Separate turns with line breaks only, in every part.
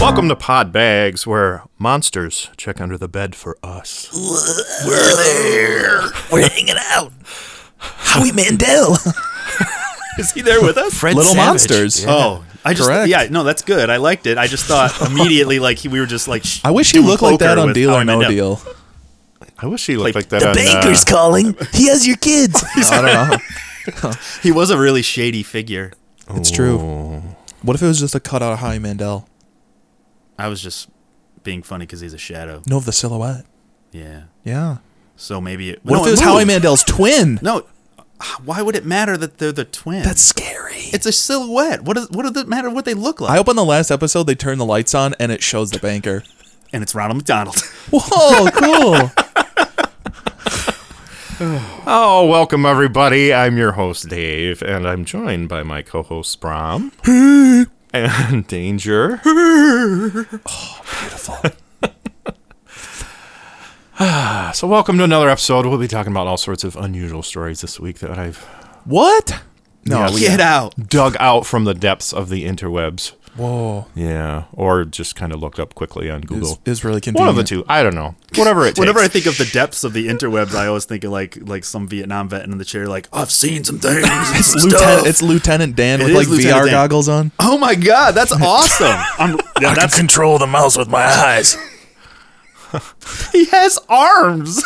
Welcome to Pod Bags, where monsters check under the bed for us.
We're there. We're hanging out. Howie Mandel.
Is he there with us?
Fred
Little
Savage.
Monsters.
Yeah.
Oh, I just
Correct.
yeah no that's good. I liked it. I just thought immediately like he, we were just like. sh-
I wish he
doing
looked like that
poker
on
with
Deal or
Howie
No
Mandel.
Deal.
I wish he looked
Like,
like that.
The
on,
banker's
uh,
calling. He has your kids.
I don't know.
He was a really shady figure.
It's
"Oh."
true. What if it was just a cutout of Howie Mandel?
I was just being funny because he's a shadow.
No, of the silhouette.
Yeah.
Yeah.
So maybe it.
What
no,
if it was Howie
moved.
Mandel's twin?
No. Why would it matter that they're the twins?
That's scary.
it's a silhouette. What does what does it matter what they look
I
like?
hope on the last episode they turn the lights on and it shows the banker.
and it's Ronald McDonald.
Whoa, cool.
Oh, welcome everybody. I'm your host Dave, and I'm joined by my co-host Brom and Danger. oh,
Oh,
beautiful. so, welcome to another episode. We'll be talking about all sorts of unusual stories this week that I've
what? No.
Yeah, we-
Get out.
dug out from the depths of the interwebs.
Whoa.
Yeah, or just kind of looked up quickly on
It
Google.
was, it was really
One
convenient.
of the two. I don't know. Whatever it takes.
Whenever I think of the depths of the interwebs, I always think of like like some Vietnam vet in the chair, like I've seen some things. and
It's
some
Lieutenant,
stuff."
it's Lieutenant Dan
It
with
is
like
Lieutenant
VR
Dan.
goggles on.
oh my god, that's awesome! I'm, yeah,
I can
that's
control the mouse with my eyes.
he has arms,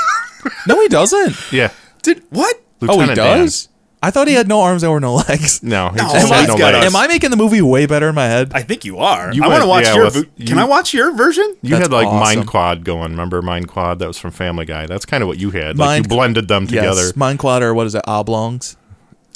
No, he doesn't.
yeah.
dude. What?
oh,
Lieutenant
he does? I thought he had no arms or no legs.
Dan. No, he
No,
just
he's
had no
got
legs.
Am
us.
I making the movie way better in my head?
I think you are.
You
I want
went-
to watch
yeah,
your.
with-
vo-
you-
can I watch your version?
You
That's
had like
awesome.
Mind Quad going. Remember Mind Quad? That was from Family Guy. That's kind of what you had. Like
Mind-
you blended them together.
Yes. Mind Quad or what is it? Oblongs.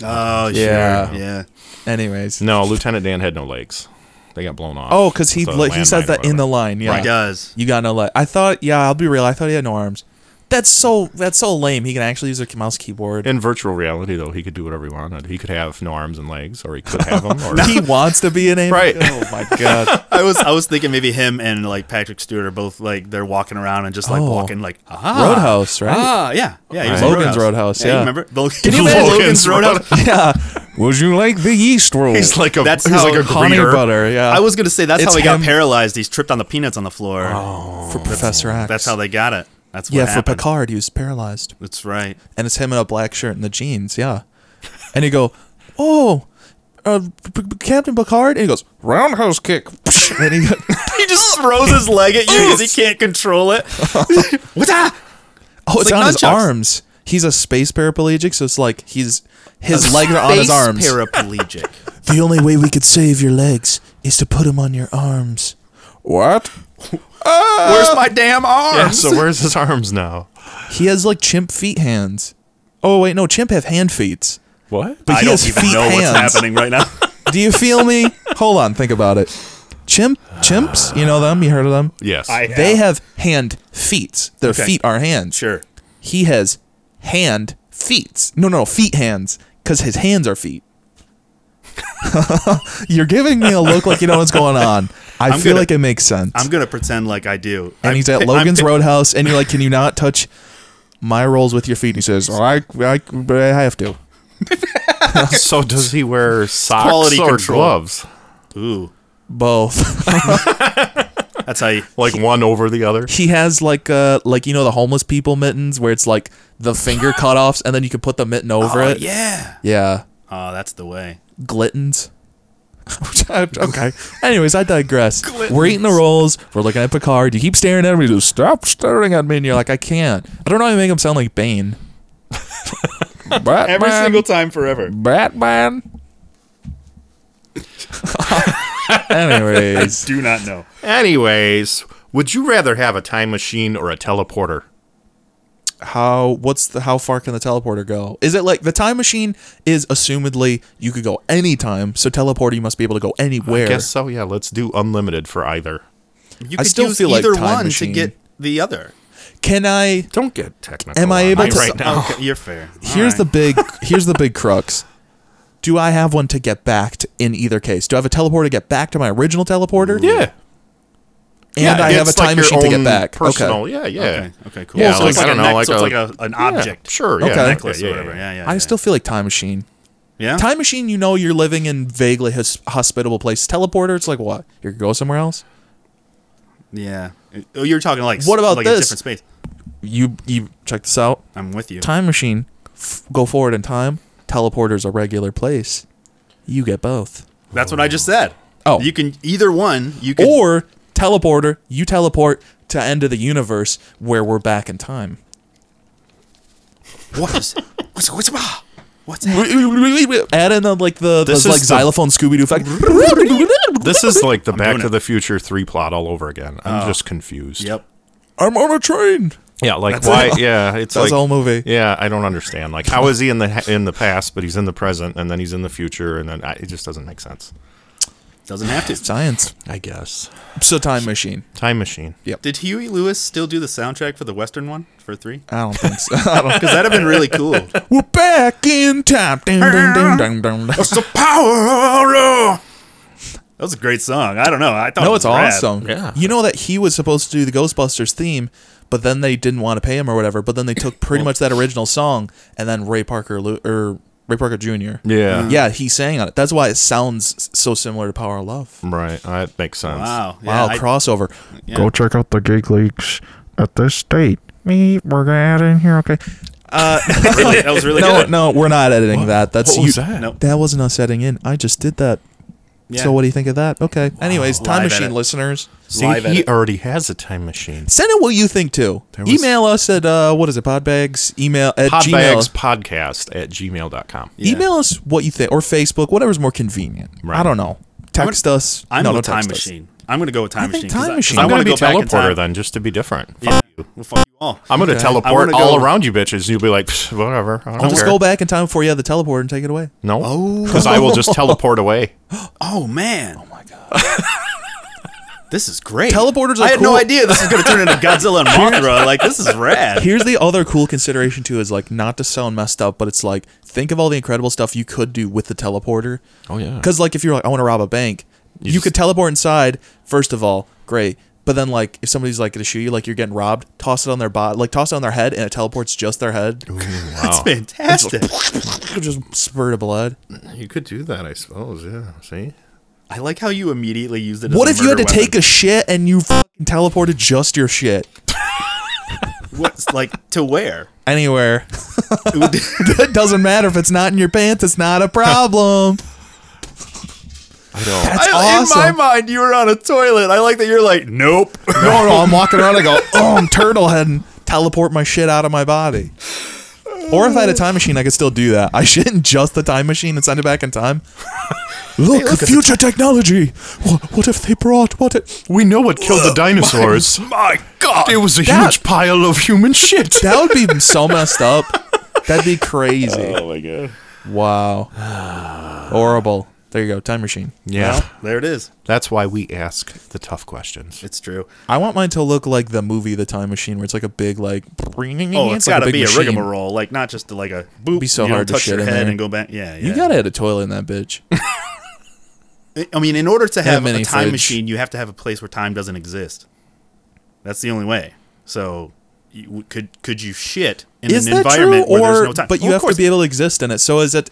Oh
Yeah.
sure, yeah.
Anyways.
No, Lieutenant Dan had no legs. They got blown off.
Oh, because he
The
like, he
landmine
says
or
that in the
whatever.
line. Yeah.
He does.
You got no leg. I thought. Yeah, I'll be real. I thought he had no arms. That's so. That's so lame. He can actually use a mouse keyboard.
In virtual reality, though, he could do whatever he wanted. He could have no arms and legs, or he could have them. Or
He wants to be an alien.
Right.
Oh my god.
I was I was thinking maybe him and like Patrick Stewart are both like they're walking around and just like
Oh.
walking like ah
Roadhouse, right?
ah yeah yeah he was in
Logan's Roadhouse, yeah.
you remember
Can you imagine
Logan's Roadhouse?
yeah. Would you like the yeast roll?
he's like a
That's
he's
how
like a
honey
greeter.
butter. Yeah.
oh, I was gonna say that's
It's
how he got
him.
paralyzed. He's tripped on the peanuts on the floor.
for Professor X.
That's how they got it. That's what
Yeah, for
happened.
Picard, he was paralyzed,
That's right.
and it's him in a black shirt and the jeans. Yeah. And you go, oh, uh, P- P- Captain Picard, and he goes roundhouse kick. and he go-
He just throws his leg at you because he can't control it. What's that?
Oh, it's,
like
on his
nunchucks.
arms. He's a space paraplegic, so it's like he's his legs are on his
Space
arms.
Paraplegic.
the only way we could save your legs is to put them on your arms. What?
Where's my damn arms?
Yeah, so where's his arms now?
He has like chimp feet hands. Oh wait, no, chimp have hand feet.
What?
But
I
he
don't
has
even
feet
know
hands.
what's happening right now.
Do you feel me? Hold on, think about it. Chimp, chimps, you know them. You heard of them?
Yes.
I-
They
Yeah.
have hand feet. Their feet are hands.
Sure.
He has hand feet. No, no, feet hands, because his hands are feet. You're giving me a look like you know what's going on. I
I'm
feel
gonna-
like it makes sense.
I'm gonna pretend like I do.
and
I'm
he's at
pi- I'm
Logan's
pi-
Roadhouse, and you're like, "Can you not touch my rolls with your feet?" And he says, "I, I, I have to."
so does he wear socks
Quality
or
control.
gloves?
Ooh,
Both.
that's how you.
Like one over the other?
he has like, uh, like you know, the homeless people mittens, where it's like the finger cutoffs, and then you can put the mitten over
Oh,
it.
yeah.
yeah.
Oh, that's the way.
Glittens. okay. Anyways, I digress. We're eating the rolls. We're looking at Picard. You keep staring at him. You just stop staring at me, and you're like, I can't. I don't know how you make him sound like Bane. Batman,
time, forever.
Batman. Anyways,
Do not know.
Anyways, would you rather have a time machine or a teleporter?
how what's the how far can the teleporter go? Is it like the time machine is assumedly you could go anytime, so teleporter you must be able to go anywhere.
I guess so. Yeah, let's do unlimited for either.
You
I
could
still
use
feel like
either
Time
one
Machine-
to get the other.
Can I
Don't get technical.
Am I
on
able
me
to- oh.
right now?
Okay, you're fair. All
Here's
right.
the big here's the big crux. Do I have one to get back to in either case? Do I have a teleporter to get back to my original teleporter?
Yeah.
And
yeah,
I have a
it's like
time
your
machine to
own
get back.
Personal.
Okay.
Yeah, yeah.
Okay. Okay. Cool.
Yeah,
so it's
like,
like,
I don't
a
know,
neck,
like
so it's
a-
like a, an
Yeah,
object.
sure. Yeah.
Okay.
yeah,
Necklace
yeah,
or
yeah,
whatever. Yeah. Yeah.
I
yeah.
still feel like time machine.
Yeah.
Time machine, you know you're living in vaguely hos- hospitable place. Teleporter, it's like what? You're going to go somewhere else?
Yeah. Oh, you're talking like
What about
like
this?
A different space.
You you check this out.
I'm with you.
Time machine, f- go forward in time. Teleporter's a regular place. You get both.
That's what I just said.
Oh.
you can either one. You can
Or teleporter, you teleport to end of the universe where we're back in time.
what is what's what's about what's
Add in the like the,
This
the
is
like
the-
xylophone Scooby Doo effect.
This is like the Back
doing
to
it.
the Future three plot all over again.
Oh.
I'm just confused.
yep.
I'm on a train.
Yeah, like why?
all.
Yeah, it's
That's
like
the whole movie.
Yeah, I don't understand. Like, how is he in the in the past, but he's in the present, and then he's in the future, and then I, it just doesn't make sense.
Doesn't have to.
Science.
I guess
So time machine.
time machine.
Did Huey Lewis still do the soundtrack for the Western one for three?
I don't think so. I don't-
Because that'd have been really cool.
We're back in time. Ding, ding, ding, ding, ding, ding.
the power. That was a great song. I don't know. I thought it
No,
was
it's
rad.
awesome.
Yeah.
You know that he was supposed to do the Ghostbusters theme, but then they didn't want to pay him or whatever. But then they took pretty much that original song and then Ray Parker Lu- or Ray Parker Jr.
Yeah.
Yeah, he sang on it. That's why it sounds s- so similar to Power of Love.
Right. That makes sense.
Wow.
Wow,
I-
crossover.
yeah.
Go check out the gig leaks at this date. Me, we're gonna add in here, okay?
Really, that was really
Uh, No,
good.
no, we're not editing that. That's
What was
you.
that?
Nope.
That wasn't us setting in. I just did that.
Yeah.
So what do you think of that? Okay. Anyways, time
Live
machine
edit.
listeners,
See,
Live
he
edit.
already has a time machine.
send in what you think too.
was-
Email us at uh, what is it? Podbags email at Gmail.
Podbagspodcast at gmail.com.
Yeah.
Email us what you think or Facebook, whatever's more convenient.
Right.
I don't know. Text us.
I'm
no,
with
don't
time
text us.
machine. I'm gonna go with time
I think
machine. 'cause
Time
I- 'cause
Machine.
I
I'm
I'm
going
want
to
to
be
go back in
teleporter
time.
then, just to be different.
Yeah. Well, fuck you all.
I'm going to
I
teleport
wanna
all
go-
around you bitches, and you'll be like, "Psh, whatever. I don't
I'll just
care."
go back in time before you have the teleport and take it away.
No. Because I will just teleport away.
Oh man. Oh my god. this is great.
Teleporters are
I had
cool.
no idea this is gonna turn into Godzilla and Mothra. like this is rad.
Here's the other cool consideration too is like not to sound messed up, but it's like think of all the incredible stuff you could do with the teleporter.
Oh, yeah.
Because like if you're like I want to rob a bank, you,
just-
could teleport inside. First of all, great. But then like if somebody's like gonna shoot you, like you're getting robbed, toss it on their bot, like toss it on their head, and it teleports just their head.
That's fantastic.
just spurt of blood.
You could do that, I suppose. Yeah. See?
I like how you immediately used it. As
What if you had to take a shit and you fucking teleported just your shit
a What's, like to where?
anywhere?
It would-
it doesn't matter if it's not in your pants. It's not a problem.
I don't.
That's
I-
awesome.
In my mind, you were on a toilet. I like that you're like, nope.
no, no, I'm walking around. I go, oh, I'm turtle head and teleport my shit out of my body. Or if I had a time machine, I could still do that. I shouldn't just the time machine and send it back in time. Look, future technology. What, what if they brought what? If,
We know what killed the dinosaurs.
My God.
It was a
That-
huge pile of human shit.
that would be so messed up. That'd be crazy.
my god.
Wow. Horrible. There you go. Time machine.
Yeah.
there it is.
That's why we ask the tough questions.
It's true.
I want mine to look like the movie The Time Machine, where it's like a big like.
Oh,
like
it's got to
big
be a
machine.
rigmarole, like not just like a boop.
Be so
you know,
hard to
touch
shit
your
in
head
there.
and go back. Yeah, yeah.
You gotta add a toilet in that bitch.
I mean, in order to have
mini
a time
fridge.
machine, you have to have a place where time doesn't exist. That's the only way. So, you, w- could could you shit in
is
an
that
environment
true?
where
or
there's no time?
but you
Well,
have
of course.
to be able to exist in it. So is it?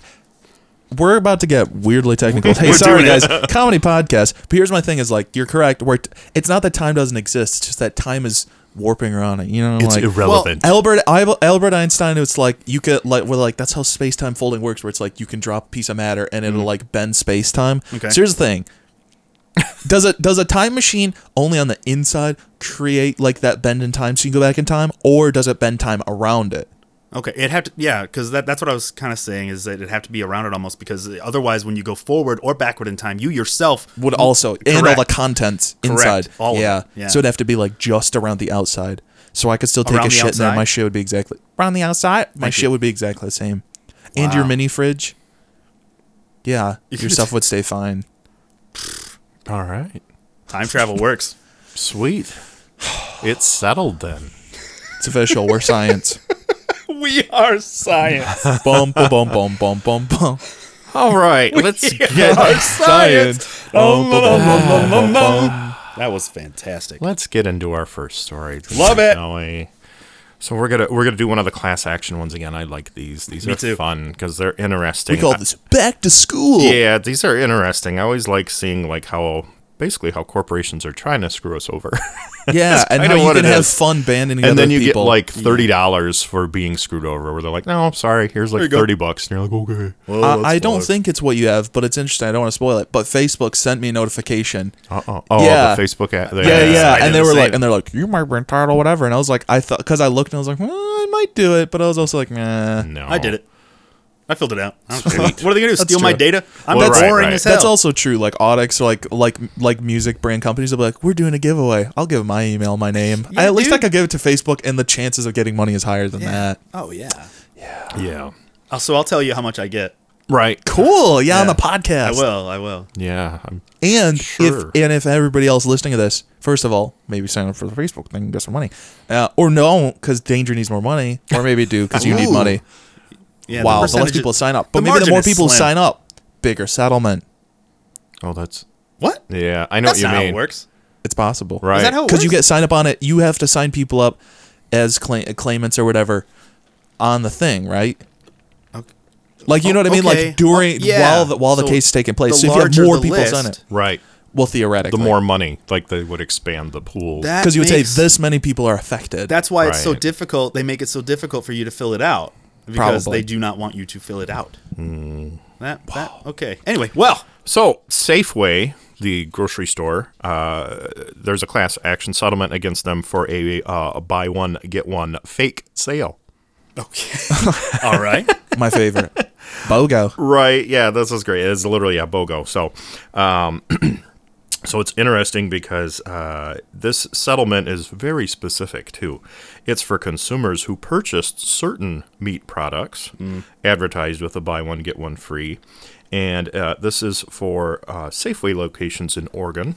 We're about to get weirdly technical. Hey,
We're
sorry
doing
guys,
it.
comedy podcast. But here's my thing: is like you're correct. Where t- it's not that time doesn't exist; it's just that time is warping around it. You know,
It's
like
irrelevant.
Albert Eib- Albert Einstein. It's like you could like well like that's how space time folding works. Where it's like you can drop a piece of matter and it'll like bend space time.
Okay.
So here's the thing: does a does a time machine only on the inside create like that bend in time so you can go back in time, or does it bend time around it?
Okay, it have to yeah, because that, that's what I was kind of saying is that it have to be around it almost because otherwise, when you go forward or backward in time, you yourself
would also and all the
Correct.
contents
Correct.
inside.
All of it.
yeah.
Yeah.
So it'd have to be like just around the outside. So I could still take
Around
a
the
shit in there. and My
outside?
shit would be exactly around the outside. My shit would be exactly the same. And your
Wow.
mini fridge. Yeah, your stuff would stay fine.
All right.
time travel works.
Sweet. It's settled then.
It's official. We're science.
we are science.
bum bum bum bum bum bum bum.
All right. Let's get
Science. Bum, bum, bum, bum, bum, bum, bum.
that was fantastic.
let's get into our first story.
Love it.
Shall we? So we're gonna we're gonna do one of the class action ones again. I like these. These
Me
are
too.
fun because they're interesting.
We call
I-
this back to school.
yeah, these are interesting. I always like seeing like how basically how corporations are trying to screw us over.
Yeah, and
kinda
how you
what
can
it
have
is.
fun banding together.
and then you
with people.
get like thirty dollars for being screwed over, where they're like, "No, sorry, here's like
go.
thirty bucks," and you're like, "Okay." Well,
Oh,
I- I don't think it's what you have, but it's interesting. I don't want to spoil it. But Facebook sent me a notification.
Uh-oh. Oh,
Yeah.
the Facebook ad. the
yeah,
ad.
yeah.
I
And they
did the
were
same.
like, and they're like, you might be entitled, whatever. And I was like, I thought because I looked and I was like, well, I might do it, but I was also like, nah.
No,
I did it. I filled it out. I don't care. what are they gonna do? Steal my
true.
data? I'm
Well,
boring
right, right.
as hell.
That's also true. Like Audix or like like like music brand companies will be like, we're doing a giveaway. I'll give my email, my name.
Yeah,
I, at least I
dude.
could give it to Facebook, and the chances of getting money is higher than that.
Oh yeah.
Yeah,
Uh, So I'll tell you how much I get.
right.
Cool. Yeah, on
Yeah.
the podcast.
I will. I will.
Yeah, I'm,
And
Sure.
if and if everybody else listening to this, first of all, maybe sign up for the Facebook thing and get some money, uh, or no, because Danger needs more money, or maybe do because you need
Ooh.
money.
Yeah,
wow, the less
percentage-
people sign up, but
the
maybe the
margin
more
is
people
slim.
sign up, bigger settlement.
oh, that's
What?
yeah. I know
That's
what you
not how
mean.
it works.
It's possible,
Right.
Is that how it
Because you
works?
get signed up on it, you have to sign people up as claim- claimants or whatever on the thing, right? Like you know what I mean?
Okay.
Like during
Well, yeah.
while the, while the
So
case is taking place,
the
so if you have
larger
more
the
people
list,
sign it,
Right.
well, theoretically,
The more money, like they would expand the pool.
That
because you would say
makes-
this many people are affected.
That's why it's so
Right.
difficult. They make it so difficult for you to fill it out because
Probably. Hmm.
they do not want you to fill it out. That, that okay. Anyway, well,
So Safeway, the grocery store, uh, there's a class action settlement against them for a, uh, a buy one get one fake sale.
okay, all right.
my favorite, Bogo.
Right. Yeah, this is great. It's literally a BOGO. So, um, so it's interesting because uh, this settlement is very specific too. It's for consumers who purchased certain meat products advertised with a buy one get one free, and uh, this is for uh, Safeway locations in Oregon.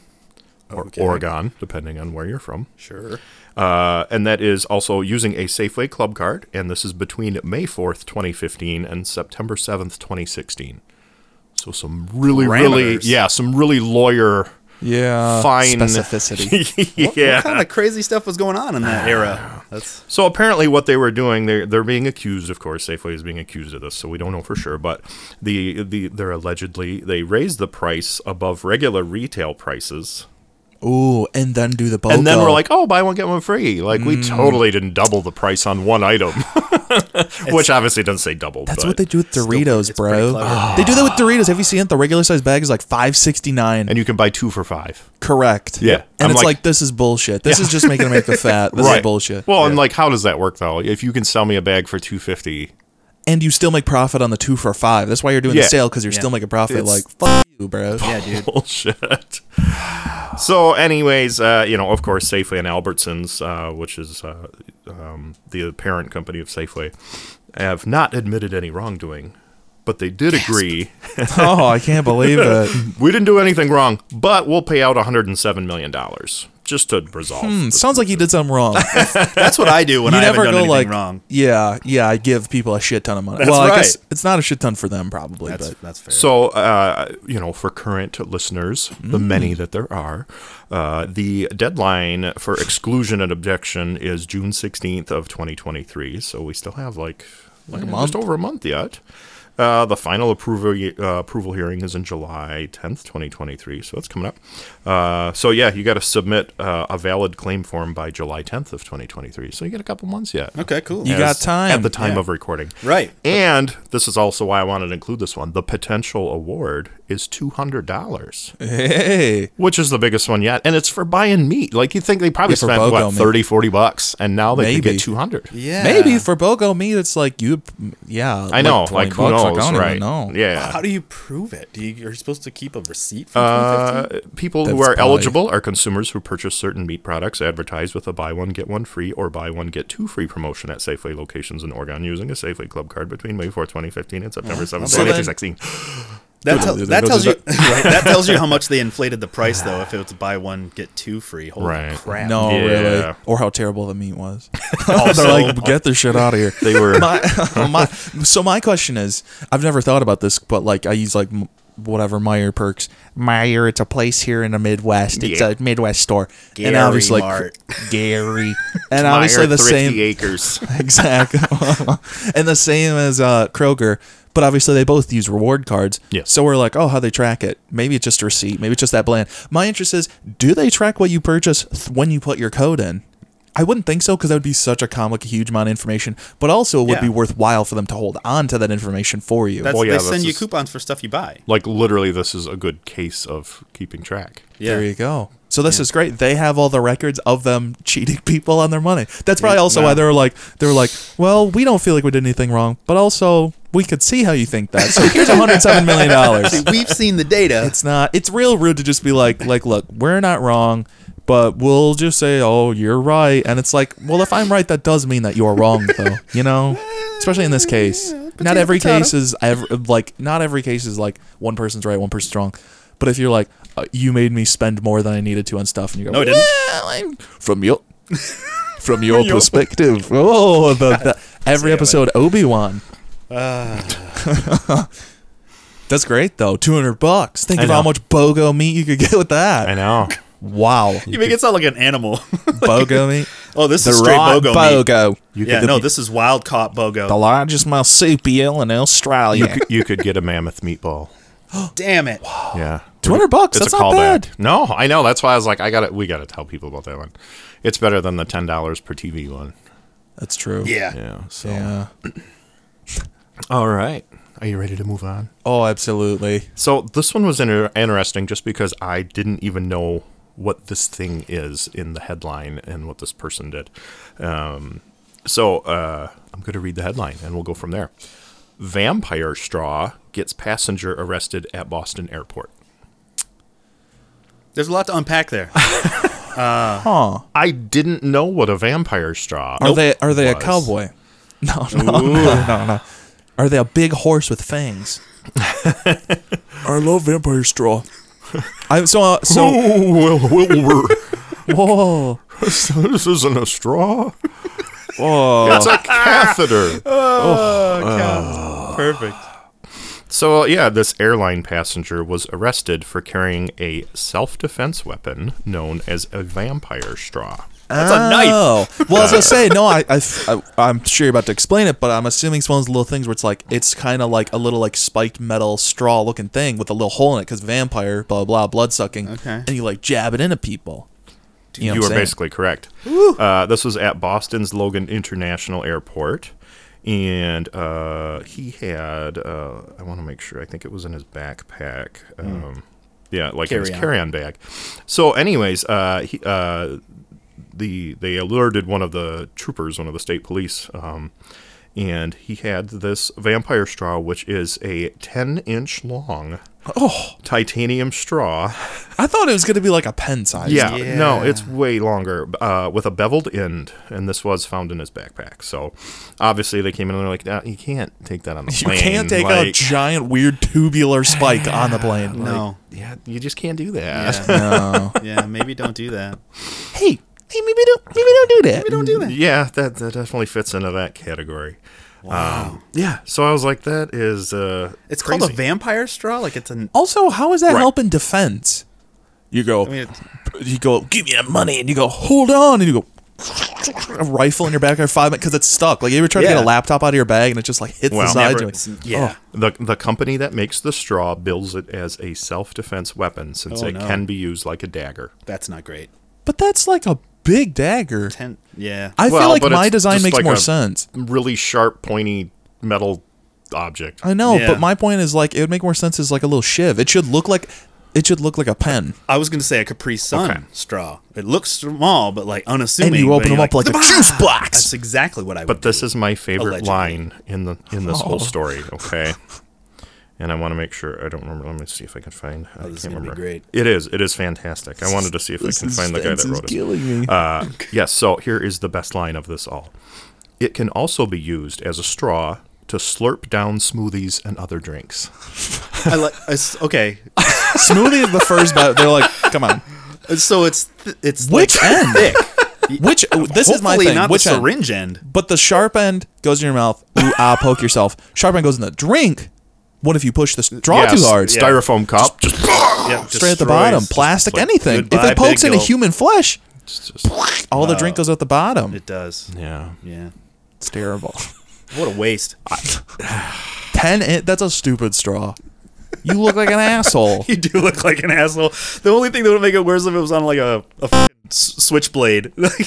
Or Oregon, depending on where you're from.
Sure.
Uh, and that is also using a Safeway Club card, and this is between May 4th, 2015 and September 7th, 2016. So some really, really,
Parameters. Uh,
yeah, some really lawyer,
Yeah,
fine
specificity.
yeah.
What kind of crazy stuff was going on in that era? That's
So apparently, what they were doing, they're they're being accused. Of course, Safeway is being accused of this, so we don't know for sure. But the the they're allegedly they raised the price above regular retail prices,
Ooh, and then do the Bogo.
and then we're like, oh, buy one get one free. Like we
Hmm.
totally didn't double the price on one item, which obviously doesn't say double.
That's
but-
what they do with Doritos,
it's pretty
bro.
clever.
they do that with Doritos. Have you seen it? The regular size bag is like five sixty nine.
and you can buy two for five.
Correct.
Yeah.
And
I'm
it's like,
like-
this is bullshit. This is just making America fat. This is bullshit.
Well, and like, how does that work though? If you can sell me a bag for two fifty,
and you still make profit on the two for five. That's why you're doing
Yeah.
the sale because you're still making profit.
It's-
like fuck you, bro. Yeah, dude.
bullshit. So, anyways, uh, you know, of course, Safeway and Albertsons, uh, which is uh, um, the parent company of Safeway, have not admitted any wrongdoing, but they did agree
oh, I can't believe it.
we didn't do anything wrong, but we'll pay out one hundred and seven million dollars just to resolve.
Hmm,
this.
Sounds like you did something wrong. You
that's what I do when I
never
haven't done
go
anything
like,
wrong.
yeah, yeah. I give people a shit ton of money.
That's
well, I
right.
guess it's not a shit ton for them, probably.
That's
but
that's fair.
So, uh, you know, for current listeners, the
Hmm.
many that there are, uh, the deadline for exclusion and objection is June 16th of 2023. So we still have like, eh,
month.
just over a month yet. Uh, the final approval uh, approval hearing is in July 10th, 2023. So that's coming up. Uh, so yeah, you got to submit uh, a valid claim form by July 10th of 2023. So you got a couple months yet.
okay, cool.
You got
As-
time.
at the time
Yeah.
of recording,
Right.
And this is also why I wanted to include this one. The potential award is two hundred dollars,
hey,
which is the biggest one yet, and it's for buying meat. Like you would think they probably
Yeah, for
spent
BOGO
what
meat.
30, 40 bucks, and now they could
Maybe.
get two hundred.
yeah.
maybe for Bogo meat, it's like you. Yeah,
I know,
20
like, who knows,
bucks, I don't even
right?
know.
Yeah.
How do you prove it? Do you, are you supposed to keep a receipt from 2015?
Uh, people who
That's
are
probably-
eligible are consumers who purchase certain meat products advertised with a buy one get one free or buy one get two free promotion at Safeway locations in Oregon using a Safeway Club card between May 4th, 2015 and September 7th,
So then-
2016.
That, tell,
Those-
that
those
tells
are
you right, that tells you how much they inflated the price though. If it was buy one get two free, holy
Right.
crap!
No,
Yeah.
really. Or how terrible the meat was.
Also-
They're like, get this shit out of here.
They were
my, my, so my question is, I've never thought about this, but like I use like m- whatever Meyer perks. Meyer, it's a place here in the Midwest. It's
Yeah.
a Midwest store. and
Gary
obviously, like,
Mart.
Gary, and obviously
Meyer
the
Thrifty
same
acres.
exactly, and the same as uh, Kroger. But obviously, they both use reward cards.
Yeah.
So we're like, oh, how they track it? Maybe it's just a receipt. Maybe it's just that bland. My interest is, do they track what you purchase th- when you put your code in? I wouldn't think so because that would be such a comic, huge amount of information. But also, it would
Yeah.
be worthwhile for them to hold on to that information for you.
That's,
Well, yeah,
they
that's
send you
just-
coupons for stuff you buy.
Like literally, this is a good case of keeping track.
Yeah.
There you go. So this is great. They have all the records of them cheating people on their money. That's probably
Yeah,
also
wow.
why they were like they were like, well, we don't feel like we did anything wrong, but also we could see how you think that. So here's 107 million dollars.
We've seen the data.
It's not. It's real rude to just be like, like, look, we're not wrong, but we'll just say, oh, you're right. And it's like, well, if I'm right, that does mean that you're wrong, though. You know, especially in this case. Not
potato,
every
potato.
case is ever like. Not every case is like one person's right, one person's wrong. But if you're like, uh, you made me spend more than I needed to on stuff, and you go,
No, I didn't.
well, I'm- from your from your perspective. Oh, the, the every episode Obi Wan. That's great though. Two hundred bucks. Think
I
of how
know.
much bogo meat you could get with
I
that.
know.
Wow,
you make it sound like an animal.
bogo meat.
oh, this
The
is straight
raw
bogo. meat.
bogo.
Yeah, no, this is wild caught bogo.
the largest marsupial in
You,
Australia.
could, you could get a mammoth meatball.
Damn it.
Yeah,
200 bucks,
It's
that's
a
not
callback.
bad.
No, I know. That's why I was like, I got to We got to tell people about that one. It's better than the ten dollars per TV one.
That's true.
Yeah.
Yeah. So.
Yeah.
All right. Are you ready to move on?
Oh, absolutely.
So this one was inter- interesting just because I didn't even know what this thing is in the headline and what this person did. Um, so uh, I'm going to read the headline and we'll go from there. Vampire straw gets passenger arrested at Boston airport.
There's a lot to unpack there.
Huh?
I didn't know what a vampire straw.
Are they are they a
was.
cowboy? No, no, no, no, no. Are they a big horse with fangs? I love vampire straw. I so uh, so
Oh, well, Wilbur,
whoa
this isn't a straw.
whoa.
It's a catheter.
Oh, Perfect.
So, uh, yeah, this airline passenger was arrested for carrying a self defense weapon known as a vampire straw.
That's a knife.
Oh well, as I say, no, I, I, I am sure you're about to explain it, but I'm assuming it's one of those little things where it's like it's kind of like a little like spiked metal straw looking thing with a little hole in it because vampire, blah blah, blood sucking,
Okay.
and you like jab it into people. You, know
you
what
were
I'm saying?
basically correct. Uh, this was at Boston's Logan International Airport. And uh, he had, uh, I want to make sure, I think it was in his backpack.
Hmm.
Um, Yeah, like in his
Carry-on.
carry on bag. So, anyways, uh, he, uh, the they alerted one of the troopers, one of the state police, um, and he had this vampire straw, which is a 10 inch long titanium straw.
Oh, I thought it was gonna be like a pen size.
Yeah,
Yeah.
no, it's way longer uh, with a beveled end, and this was found in his backpack. So obviously they came in and they're like, nah, "You can't take that on the
you
plane."
can't take a
like,
giant weird tubular spike on the plane.
No.
Yeah, you just can't do that.
Yeah.
No.
yeah, maybe don't do that.
hey, hey, maybe don't maybe don't do that.
Don't do that.
Yeah, that, that definitely fits into that category. Wow. Um, yeah, so I was like, "That is uh,
It's
crazy.
called a vampire straw. Like it's an.
Also, how is that
Right.
helping defense? You go.
I mean, it's,
you go, give me that money, and you go, hold on, and you go, a rifle in your back for five minutes because it's stuck. Like you ever try to
Yeah.
get a laptop out of your bag and it just like hits
Well,
the side.
never-
you're
it's-
like, "Oh,"
yeah.
The, the company that makes the straw bills it as a self defense weapon since
Oh,
it
no.
can be used like a dagger.
That's not great.
"Oh." but that's like a big dagger.
Ten. Yeah.
I
Well,
feel like
but
my
it's
design
just
makes
like
more
a-
sense.
Really sharp, pointy metal object.
I know,
Yeah.
but my point is like it would make more sense as like a little shiv. It should look like it should look like a pen,
I was gonna say a Capri Sun
Okay.
straw. It looks small, but like unassuming.
and you
but
open
you're
them up like a juice
That's
box.
exactly what I.
But
would
this
do.
is my favorite
Allegedly.
line in the in this whole story. Okay. And I want to make sure I don't remember. Let me see if I can find. I
this is
can't
gonna be
remember.
great.
It is. It is fantastic. I wanted to see if I can find the guy that wrote it. Uh, yes. So here is the best line of this all. It can also be used as a straw to slurp down smoothies and other drinks.
I like. it's- Okay,
Smoothie is the first, but they're like, come on,
so it's th- it's
which
like
end?
thick.
Which this is my
Hopefully
thing.
Not
Which
the
end?
syringe end.
But the sharp end goes in your mouth. Ooh, ah, poke yourself. Sharp end goes in the drink. What if you push the straw too hard?
yeah.
Styrofoam cup. Just,
Yep,
Straight at the
destroys-
bottom, plastic,
like,
anything. If
goodbye,
it pokes
big
into
gulp.
human flesh,
just-
all the drink goes out the bottom.
it does.
yeah.
Yeah.
It's terrible.
What a waste.
Ten. i- That's a stupid straw. You look like an asshole.
you do look like an asshole. The only thing that would make it worse if it was on like a, a fucking s- switchblade. like you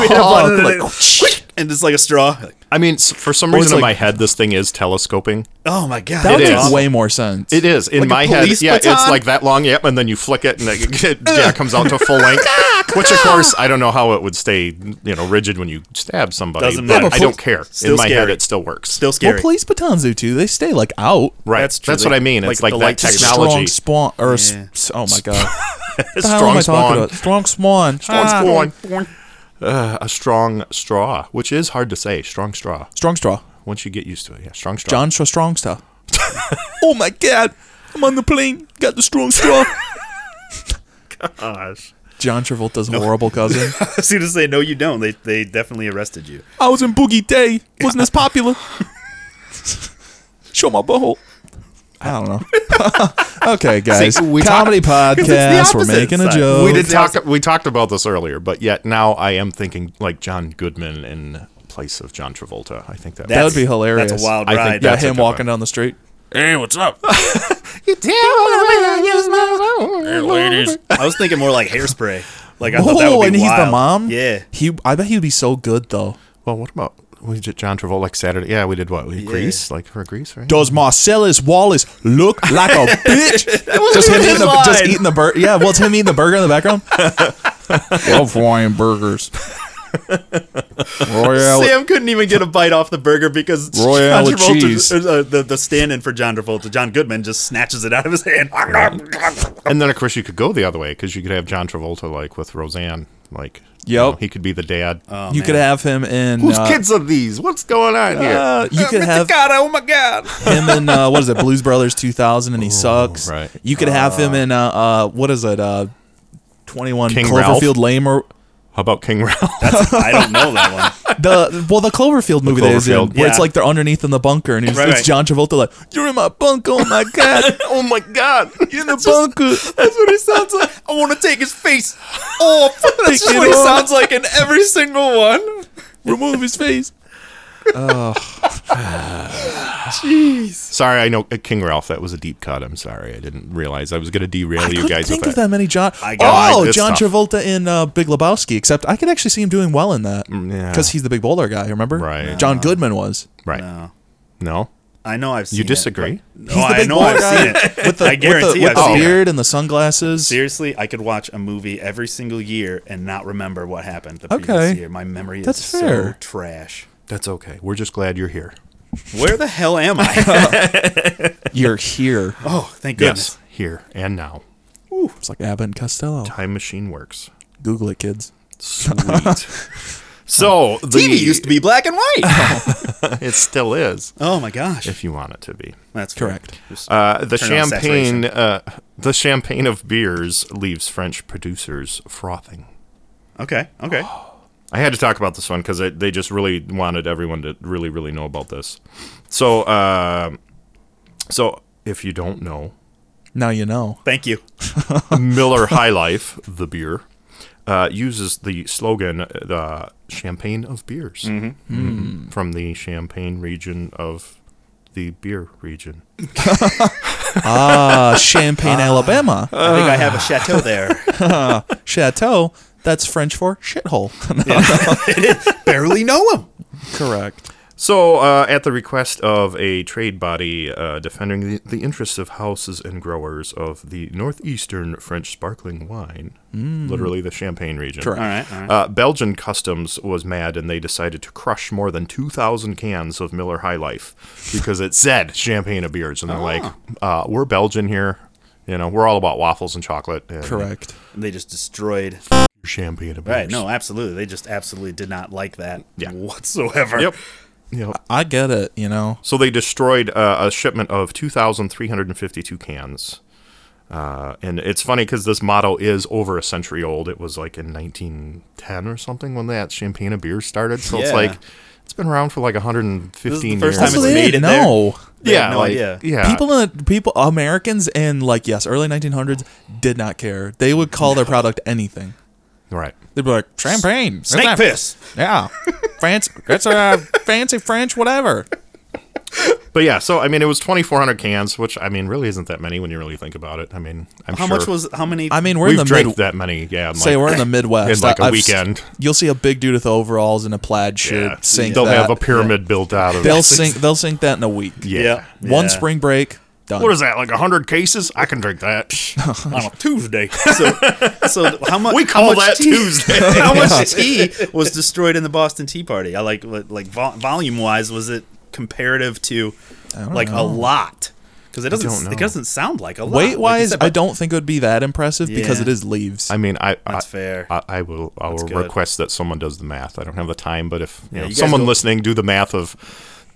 hit a
Oh,
button and,
like,
it- and it's like a straw. Like,
I mean, s- for some
Or it's
reason in
like-
my head, this thing is telescoping.
oh my god.
That would
It
make
is.
way more sense.
It is in
Like a
my head.
police
Yeah, it's
baton?
like that long. Yep, and then you flick it, and it, it yeah, comes out to full length. Which, of course, I don't know how it would stay, you know, rigid when you stab somebody.
Doesn't
but
matter.
I don't care.
Still
in my head,
scary.
it still works.
Still
well,
scary.
police batons do too. They stay like out.
right.
That's
That's,
true.
what I mean.
Like
It's like
the
that
lights are
technology.
Strong spawn or s-
Yeah.
s- oh my god. What the hell am
Strong
I talking
spawn.
about? Strong swan.
Strong
Ah.
spawn. Uh, a strong straw, which is hard to say. Strong straw.
Strong straw.
Once you get used to it, yeah. Strong straw.
John Straw Strong Straw. oh my god. I'm on the plane. Got the strong straw.
Gosh.
John Travolta's horrible cousin.
I was going to say, no, you don't. They, they definitely arrested you.
I was in Boogie Day. Wasn't as popular. Show my butthole. I don't know. okay, guys.
we talk-
Comedy podcast. We're
opposite
making a
side.
joke.
we did
the
talk. We talked about this earlier, but yet now I am thinking like John Goodman in place of John Travolta. I think that.
That would be hilarious.
That's a wild
I think
ride.
that-
yeah,
that's a
him
good
walking
one.
down the street.
Hey, what's up? Hey, ladies.
I was thinking more like hairspray. Like I thought that
Oh,
would be
and he's the
wild.
mom.
Yeah.
He. I bet he'd be so good though.
well, what about we did John Travolta like Saturday? Yeah, we did what? We Grease, like for Grease, right?
Does Marcellus Wallace look like a bitch? just him
even
eating
his
the, just
line.
eating the burger. Yeah, well, it's him eating the burger in the background. Love Hawaiian burgers. Royale.
Sam couldn't even get a bite off the burger because
Royale
John
with
Travolta,
cheese.
uh, the, the stand-in for John Travolta, John Goodman, just snatches it out of his hand.
And then of course you could go the other way because you could have John Travolta like with Roseanne, like you
Yep.
know, he could be the dad.
you could have him in.
Whose
uh,
kids are these? What's going on here?
uh, you could have
oh my god!
him in uh, what is it? Blues Brothers 2000, and he sucks.
right.
You could have him in Oh, uh, uh, what is it? Uh, 21
King
Cloverfield
Ralph?
Lame or
How about King Ralph?
I don't know that one.
the well the Cloverfield movie that is in,
Cloverfield,
where it's
yeah.
like they're underneath in the bunker and he's,
Right,
it's
right.
John Travolta like you're in my bunker oh my god
oh my God!
you're in the bunker
That's what he sounds like. I want to take his face off. That's
Take
just
it
what he
off.
sounds like in every single one.
remove his face
Sorry, I know uh, King Ralph. That was a deep cut. I'm sorry. I didn't realize I was going to derail
I
you
couldn't
guys
think
with
of that many John
I got
oh
like this
John
stuff.
Travolta in uh, Big Lebowski except I could actually see him doing well in that
Mm,
yeah.
because he's the big bowler guy remember
Right.
John Goodman was
Right?
No.
No.
I know I've seen
You
it,
disagree?
but-
He's
no,
the
Oh, I
big
know
bald
I've
guy
seen it.
with the,
I
with the,
guarantee
with
I've
the
seen it.
beard and the sunglasses
Seriously, I could watch a movie every single year and not remember what happened the
Okay.
previous year. My memory
That's
is so
fair.
trash.
That's okay. We're just glad you're here.
Where the hell am I?
you're here
oh, thank goodness.
Here and now.
it's like Abbott and Costello
Time machine works.
Google it kids
Sweet. so the
TV used to be black and white.
it still is
oh my gosh.
if you want it to be.
That's
correct
Uh, the
Turn on
champagne, uh, the champagne of beers leaves French producers frothing.
Okay. Okay.
I had to talk about this one because they just really wanted everyone to really, really know about this. So, uh, so if you don't know,
now you know
Thank you.
Miller High Life, the beer, uh, uses the slogan uh, the champagne of beers
Mm-hmm.
Mhm. from the Champagne region of the beer region.
ah Champagne Alabama
I think I have a
Uh.
chateau there.
Chateau, that's French for shithole.
Barely know him.
Correct.
So, uh, at the request of a trade body uh, defending the, the interests of houses and growers of the northeastern French sparkling wine, literally the Champagne region,
Correct.
All right. All right.
Uh, Belgian customs was mad and they decided to crush more than 2,000 cans of Miller High Life because it said champagne of beers. And they're like, uh, we're Belgian here. You know, we're all about waffles and chocolate. And
Correct.
they just destroyed.
Champagne of beers.
Right. No, absolutely. They just absolutely did not like that
Yeah.
whatsoever.
Yep. Yep.
I get it, you know.
So they destroyed uh, a shipment of 2,352 cans. Uh, and it's funny because this motto is over a century old. It was like in 1910 or something when that champagne of beer started. So it's
Yeah.
like It's been around for like 115
This is the first
years.
time it's made it there.
no.
They
yeah,
had no
like,
idea.
yeah.
People in people Americans in like yes, early 1900s did not care. They would call their product anything.
right.
They'd be like champagne,
Snake
that's a-
piss.
Yeah, fancy. That's a fancy French whatever.
But yeah, so I mean, it was 2,400 cans, which I mean, really isn't that many when you really think about it. I mean, I'm
How
sure
much was how many?
I mean, we're
we've
in the
drank
mid-
that many. Yeah, in,
say
like-
we're in the Midwest.
in like
a
a weekend.
you'll see a big dude with overalls and a plaid shirt
Yeah.
sink.
They'll
that.
have a pyramid built out of
They'll
it.
sink. They'll sink that in a week.
Yeah.
One
Yeah.
spring break. Done.
What is that? Like 100 cases? I can drink that.
on a Tuesday. So, so how much?
We call
how much
that
tea,
Tuesday.
How much tea was destroyed in the Boston Tea Party? I like like vol- volume wise, was it comparative to like a lot? Because it
don't
doesn't
know.
it doesn't sound like a lot.
Weight
Like you
wise,
said,
I
but
don't think it would be that impressive because
Yeah.
it is leaves.
I mean, I
That's
I,
fair.
I, I will. I will
That's good.
request that someone does the math. I don't have the time, but if you know,
you guys
someone
go-
listening do the math of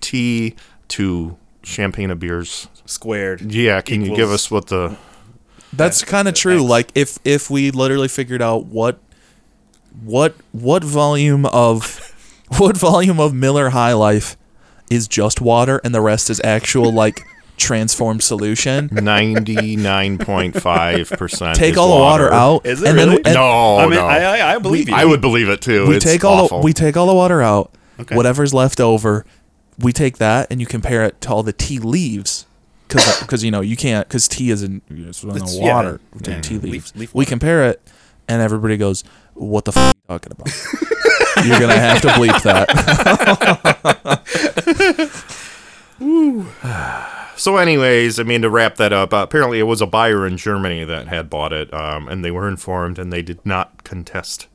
tea to champagne of beers,
squared.
yeah, can you give
equals-
us what the
That's kind of true. Like if if we literally figured out what what what volume of what volume of Miller High Life is just water and the rest is actual like transformed solution.
99.5 percent?
Take all the water out.
Is it
and
really?
Then, and
No,
I mean,
no. I,
I, I, I believe you.
would believe it too.
we
It's
take all
awful.
the we take all the water out.
Okay.
Whatever's left over, we take that and you compare it to all the tea leaves. Because you know you can't because tea is in, it's in the
It's- yeah, Mm.
water. We take tea
leaf-
leaves.
leaf
we compare it, and everybody goes, "What the f- are you talking about?" You're gonna have to bleep that.
So, anyways, I mean, to wrap that up, uh, apparently it was a buyer in Germany that had bought it, um, and they were informed and they did not contest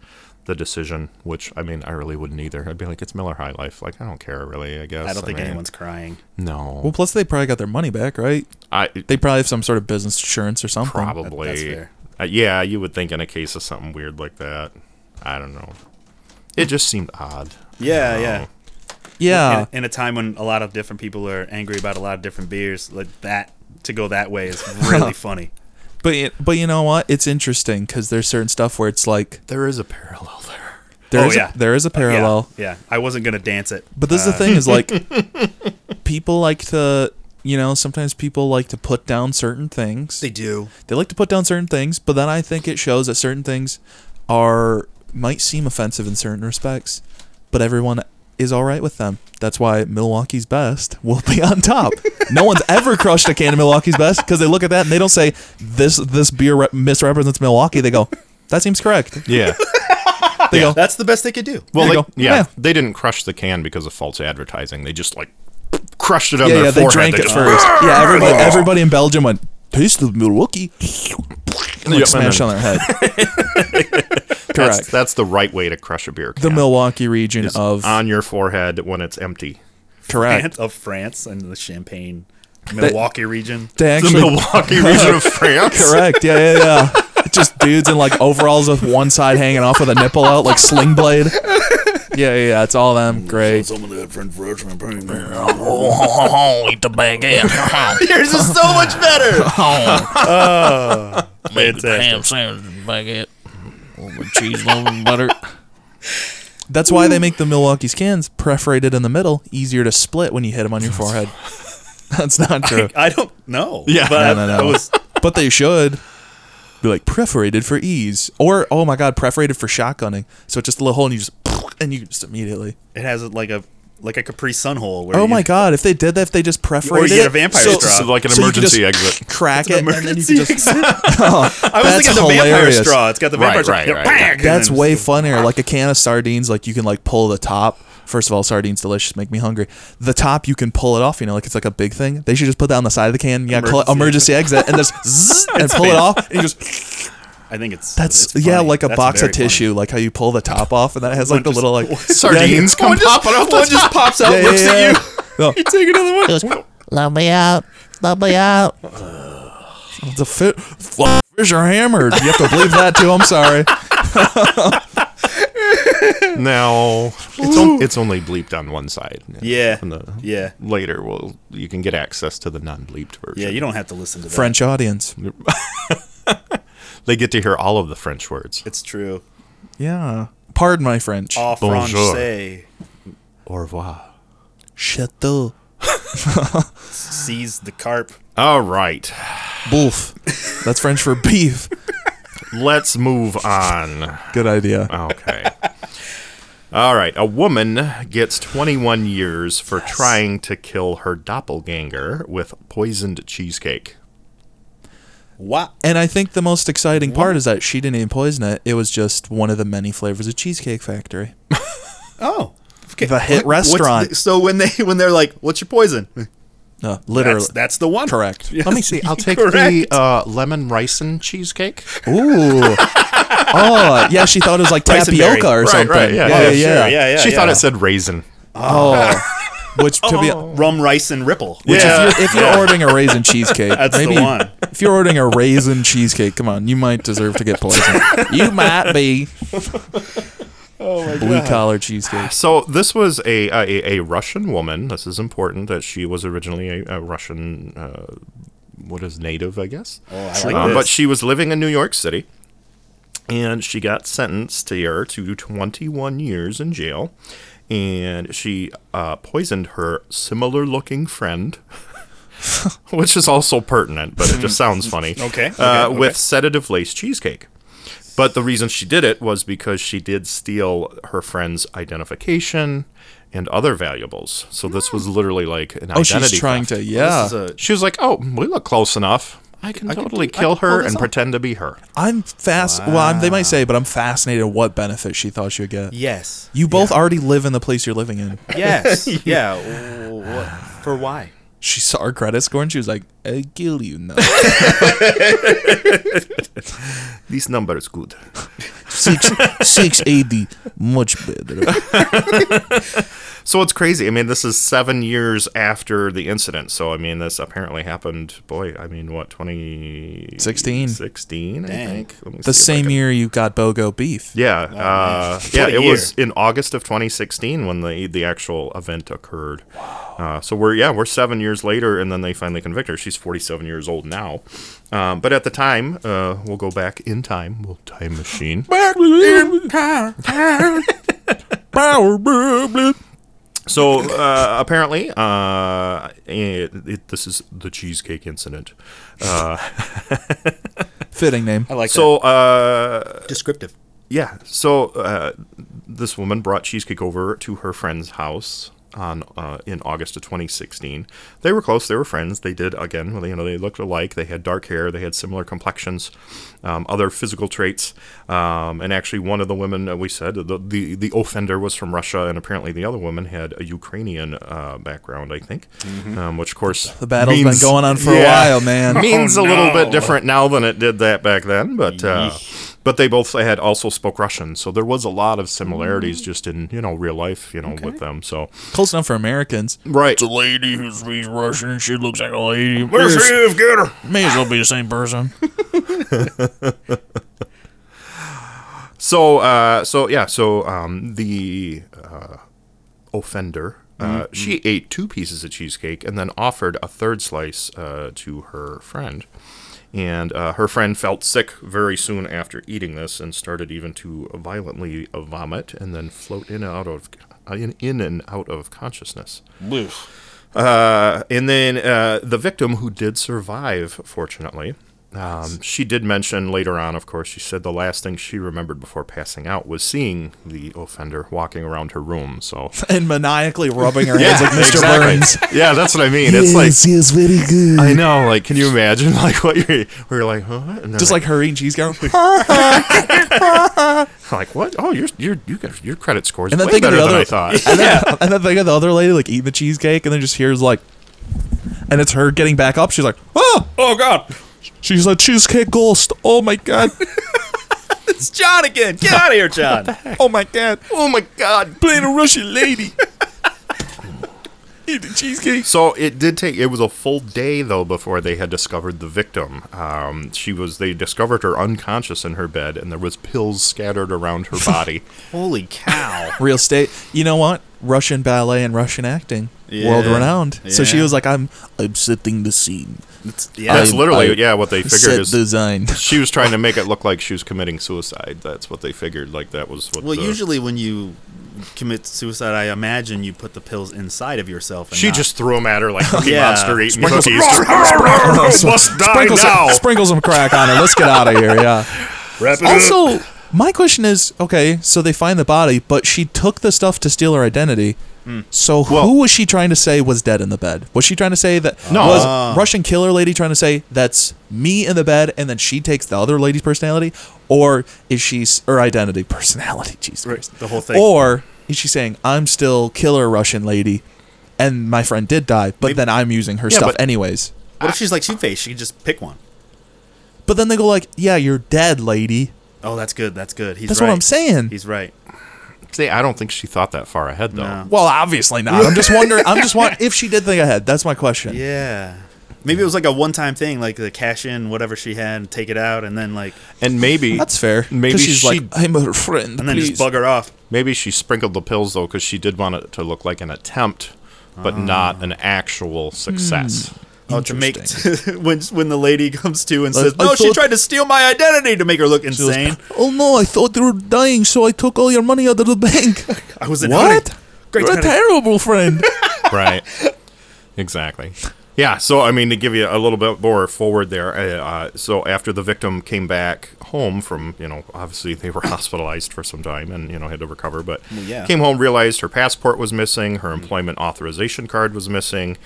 the decision, which, I mean, I really wouldn't either. I'd be like, it's Miller High Life. Like, I don't care, really, I guess.
I don't think
mean,
anyone's crying.
No.
well, plus they probably got their money back, right?
I,
They probably have some sort of business insurance or something.
probably.
That's fair.
Uh, yeah, you would think in a case of something weird like that. I don't know. It just seemed odd.
Yeah,
No.
yeah.
Yeah,
in, in a time when a lot of different people are angry about a lot of different beers, like that to go that way is really funny.
but y- but you know what? It's interesting because there's certain stuff where it's like
There is a parallel there.
there's
Oh, yeah.
a, there is a parallel.
Yeah, yeah. I wasn't gonna dance it. Uh,
But this is the thing is like people like to you know, sometimes people like to put down certain things. They,
do.
like to put down certain things, but then I think it shows that certain things are might seem offensive in certain respects, but everyone is all right with them. That's why Milwaukee's best will be on top. no one's ever crushed a can of Milwaukee's best because they look at that and they don't say this this beer re- misrepresents Milwaukee. They go, that seems correct.
Yeah.
They go,
That's the best they could do.
Well,
There you
they,
go.
yeah,
Yeah.
they didn't crush the can because of false advertising. They just like crushed it on
yeah,
their
yeah, they
forehead.
drank
They
it
just-
first. yeah, everybody, everybody in Belgium went, taste of Milwaukee. And, like,
Yep,
smash
and
on their head.
That's,
Correct.
that's the right way to crush a beer can.
the Milwaukee region of
on your forehead when it's empty.
correct.
France- of France and the Champagne, Milwaukee region.
They
The
actually
Milwaukee region of France.
correct. Yeah, yeah, yeah. Just dudes in like overalls with one side hanging off with a nipple out, like sling blade. Yeah, yeah, yeah. It's all them. Great.
Some of that French French champagne. Oh, Eat the bag in.
Yours is so much better.
Uh, Make the ham sandwich baguette. With the cheese, love, and butter.
That's why they make the Milwaukee skins perforated in the middle, easier to split when you hit them on your forehead. That's not true.
I don't know.
Yeah.
but
No, no,
I
no.
was
but they should be like perforated for ease, or oh my god, perforated for shotgunning. So it's just a little hole, and you just and you just immediately.
it has like a like a Capri Sun hole. Where
Oh
you-
my god, if they did that, if they just perforated
get
it,
a vampire
so,
straw.
It's like an
so you could
emergency
just
exit.
Crack it, and then you
emergency
could just. oh,
I was
that's
thinking the vampire
hilarious.
straw. It's got the
Right,
vampire straw.
right,
Yeah,
right.
bang, and
That's
then-
way funnier. Like a can of sardines, like you can like pull the top. First of all, sardines delicious, make me hungry. The top you can pull it off, you know, like it's like a big thing. They should just put that on the side of the can. Yeah, call it emergency
Emergency
exit, and just zzz, and pull it off, and you just
I think it's
That's
it's
yeah,
funny.
like a
That's
box of
very funny.
tissue, like how you pull the top off, and then it has like the
just-
little like
Sardines
Yeah,
come popping out the
One just pops out,
yeah, yeah,
looks
yeah.
at you.
No,
You take another one.
Love me out. Love me out.
the fi- f- fish are hammered. You have to believe that too. I'm sorry.
No, it's, on, it's only bleeped on one side.
Yeah.
And the-
Yeah.
Later, well, you can get access to the non-bleeped version.
Yeah, you don't have to listen to that.
French audience.
They get to hear all of the French words.
It's true.
Yeah. Pardon my French.
Au
Bonjour.
français.
Au revoir.
Shut the
Seize the carp.
All right.
Boof. That's French for beef.
Let's move on.
Good idea.
Uh.
Okay. All right. A woman gets 21 years for trying to kill her doppelganger with poisoned cheesecake.
What?
And I think the most exciting part is that she didn't even poison it. It was just one of the many flavors of Cheesecake Factory.
Oh. Okay.
The hit
What's
restaurant.
the- so when they when they're like, "What's your poison?"
No, literally.
That's that's the one.
correct.
Let me see. I'll take
Correct.
the uh, lemon ricin cheesecake.
Ooh. oh, yeah, she thought it was like
Rice and berry.
tapioca or
Right,
something.
right, yeah, yeah,
yeah,
sure, yeah.
she thought
yeah.
it said raisin.
Oh. Which to be
Rum, rice, and ripple.
which
Yeah.
if you're, if you're ordering a raisin cheesecake,
That's the
maybe
one.
if you're ordering a raisin cheesecake, come on, you might deserve to get poisoned. you might be.
Oh,
Blue collar cheesecake.
So this was a, a a Russian woman. This is important that she was originally a, a Russian, uh, what is native, I guess.
Oh, I like
Um,
this.
but she was living in New York City, and she got sentenced here to 21 years in jail, and she uh, poisoned her similar-looking friend, which is also pertinent, but it just sounds funny.
Okay,
uh,
okay,
with sedative lace cheesecake. But the reason she did it was because she did steal her friend's identification and other valuables. So this
Hmm.
was literally like an
Oh,
identity.
she's trying
theft.
to. Yeah,
This is a-
She was like, "Oh, we look close enough. I can
can
totally
do- I
kill
can pull
her
this
and
off."
pretend to be her."
I'm fast. Well, I'm, they might say, but I'm fascinated what benefit she thought she would get.
yes.
You both already live in the place you're living in.
Yes. yeah. w- what- For why?
She saw her credit score and she was like, "I kill you now."
This number is good.
six six eighty, much better.
So it's crazy. I mean, this is seven years after the incident. So I mean, this apparently happened. Boy, I mean, what twenty
16.
Sixteen, I
Dang.
think. Let me see
The
if I
same
can-
year you got Bogo beef.
Yeah, uh, yeah.
What a
It
year.
was in August of 2016 when the the actual event occurred. Uh, so we're yeah we're seven years later, and then they finally convict her. She's 47 years old now, um, but at the time, uh, we'll go back in time. We'll time machine. So uh, apparently, uh, it, it, this is the cheesecake incident.
Fitting name.
I like
So uh,
that. descriptive.
Yeah. So uh, this woman brought cheesecake over to her friend's house on uh, in August of 2016. They were close. They were friends. They did again. well, You know, they looked alike. They had dark hair. They had similar complexions, um, other physical traits. Um, and actually, one of the women uh, we said the, the the offender was from Russia, and apparently the other woman had a Ukrainian uh, background, I think, um, which of course
The battle's
means-
been going on for
Yeah
a while, man.
means a little
no.
bit different now than it did that back then, but uh, but they both had also spoke Russian, so there was a lot of similarities just in you know real life, you know, with them. So
Close enough for Americans.
right,
The lady who speaks Russian and she looks like a lady.
get her.
May as well be the same person.
So uh, so yeah, so um, the uh, offender. Uh, she ate two pieces of cheesecake and then offered a third slice uh, to her friend. And uh, her friend felt sick very soon after eating this and started even to violently vomit and then float in and out of in, in and out of consciousness. Uh, and then uh, the victim who did survive, fortunately, um, she did mention later on, of course, she said the last thing she remembered before passing out was seeing the offender walking around her room. So
And maniacally rubbing her hands like Mr. Burns.
yeah, that's what I mean. It's like
yes, very good.
I know. Like, can you imagine? Like, what you're, we're like, huh? And they're
Just like her eating cheese going.
like what? Oh, your your you got your credit scores
And then
way
think of
better
the
than
other-
I thought.
And then, and then they got the other lady like eating the cheesecake, and then just hears like, and it's her getting back up. She's like, oh,
Oh God,
she's a cheesecake ghost. Oh my god,
it's John again. Get out of here, John.
oh my god,
oh my god!
playing a Russian lady. Eating cheesecake.
So it did take. It was a full day though before they had discovered the victim. Um, she was. They discovered her unconscious in her bed, and there was pills scattered around her body.
Holy cow.
Real estate. You know what? Russian ballet and Russian acting,
Yeah.
world renowned. So she
Yeah.
was like, I'm, I'm setting the scene.
It's-
That's
I-
literally
I
yeah what they
Set
figured is.
design.
she was trying to make it look like she was committing suicide. That's what they figured. Like that was what.
Well,
the-
usually when you commit suicide, I imagine you put the pills inside of yourself. And
She
not-
just threw them at her like Cookie
Yeah.
Monster eating
Sprinkles-
cookies. Must die
sprinkle,
now.
some, sprinkle some crack on it. Let's get out of here. Yeah.
Wrap it up.
Also, my question is okay, so they find the body, but she took the stuff to steal her identity.
Hmm.
So who was she trying to say was dead in the bed? Was she trying to say that
No.
was Russian killer lady trying to say that's me in the bed, and then she takes the other lady's personality, or is she s- her identity personality? Jesus
Right,
Christ.
the whole thing.
Or is she saying I'm still killer Russian lady, and my friend did die, but then I'm using her stuff
but-
anyways?
What if she's like Two Face? She could just pick one.
But then they go like, yeah, you're dead, lady.
Oh, that's good. That's good. He's
That's
right.
what I'm saying.
He's right.
See, I don't think she thought that far ahead though.
No.
Well, obviously not. I'm just wondering. I'm just wondering if she did think ahead. That's my question.
Yeah. Maybe it was like a one-time thing, like the cash in whatever she had, and take it out, and then like,
And maybe
That's fair.
Maybe
'Cause she's
she
like, I'm her friend.
and then
please.
just bug her off.
maybe she sprinkled the pills though because she did want it to look like an attempt, but not an actual success.
Oh, to make when when the lady comes to and
I-
says,
I
"No, she
thought-
tried to steal my identity to make her look
She goes,
insane."
oh no! I thought you were dying, so I took all your money out of the bank.
I was in
what?
hiding. Great
You're a
timing.
terrible friend.
right. Exactly. Yeah. So, I mean, to give you a little bit more forward there. Uh, uh, so, after the victim came back home from, you know, obviously they were hospitalized for some time and, you know, had to recover, but
yeah.
came home, realized her passport was missing, her employment authorization card was missing,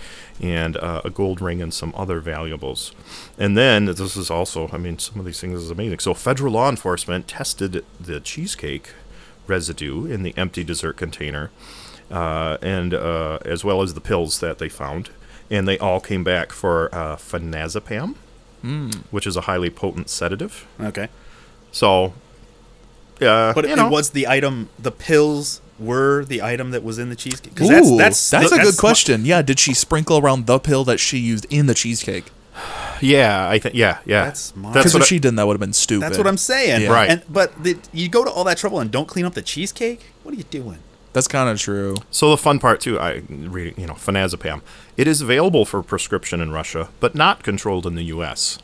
and uh, a gold ring and some other valuables. And then, this is also, I mean, some of these things is amazing. So, federal law enforcement tested the cheesecake residue in the empty dessert container uh, and uh, as well as the pills that they found, and they all came back for uh, phenazepam,
Hmm.
which is a highly potent sedative.
Okay,
So, uh,
but
you
it,
know,
was the item. The pills were the item that was in the cheesecake. 'Cause
Ooh,
that's
that's,
that's,
a good
my-
question. Yeah, did she sprinkle around the pill that she used in the cheesecake?
yeah, I think yeah, yeah.
That's smart.
Because if
what I-
she didn't, that would have been stupid.
That's what I'm saying.
Yeah.
Right.
And but the, you go to all that trouble and don't clean up the cheesecake. What are you doing?
That's kind of true.
So the fun part too, I read, you know, phenazepam. It is available for prescription in Russia, but not controlled in the U.S.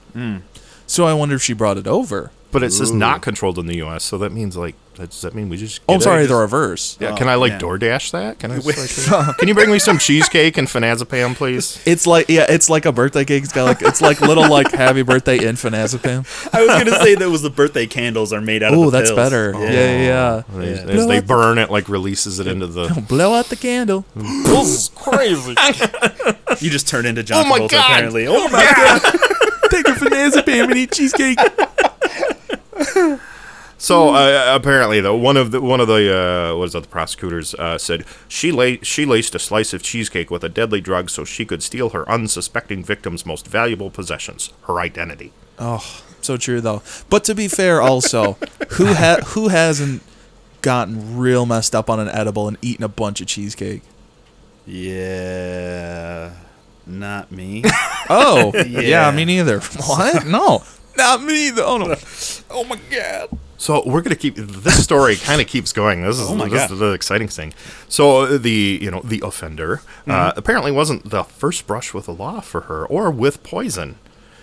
So I wonder if she brought it over.
But it says not controlled in the U.S., so that means like, that, does that mean we just?
Oh,
get
I'm
it?
sorry, the reverse.
Yeah, can I like
man.
DoorDash that? Can I? just, like, can you bring me some cheesecake and phenazepam, please?
It's like yeah, it's like a birthday cake. It's got like it's like little like happy birthday in phenazepam.
I was gonna say that was the birthday candles are made out of.
Oh,
the
that's
pills.
better. Yeah, yeah. yeah.
As, as
Blow
they
out the-
burn, it like releases it into the.
Blow out the candle.
You just turn into John Travolta apparently. Oh my
Take a phenazepam and eat cheesecake.
So uh, apparently, though, one of the one of the uh, what is that? The prosecutors uh, said she la- she laced a slice of cheesecake with a deadly drug so she could steal her unsuspecting victim's most valuable possessions, her identity.
Oh, so true though. But to be fair, also, who ha- who hasn't gotten real messed up on an edible and eaten a bunch of cheesecake?
Yeah, not me.
Oh, yeah,
Yeah.
me neither. What? No, not me though. Oh, no. oh my god.
So we're gonna keep this story kind of keeps going. This is
Oh my
this
God.
is the exciting thing. So uh, the you know the offender uh,
Mm-hmm.
apparently wasn't the first brush with the law for her or with poison.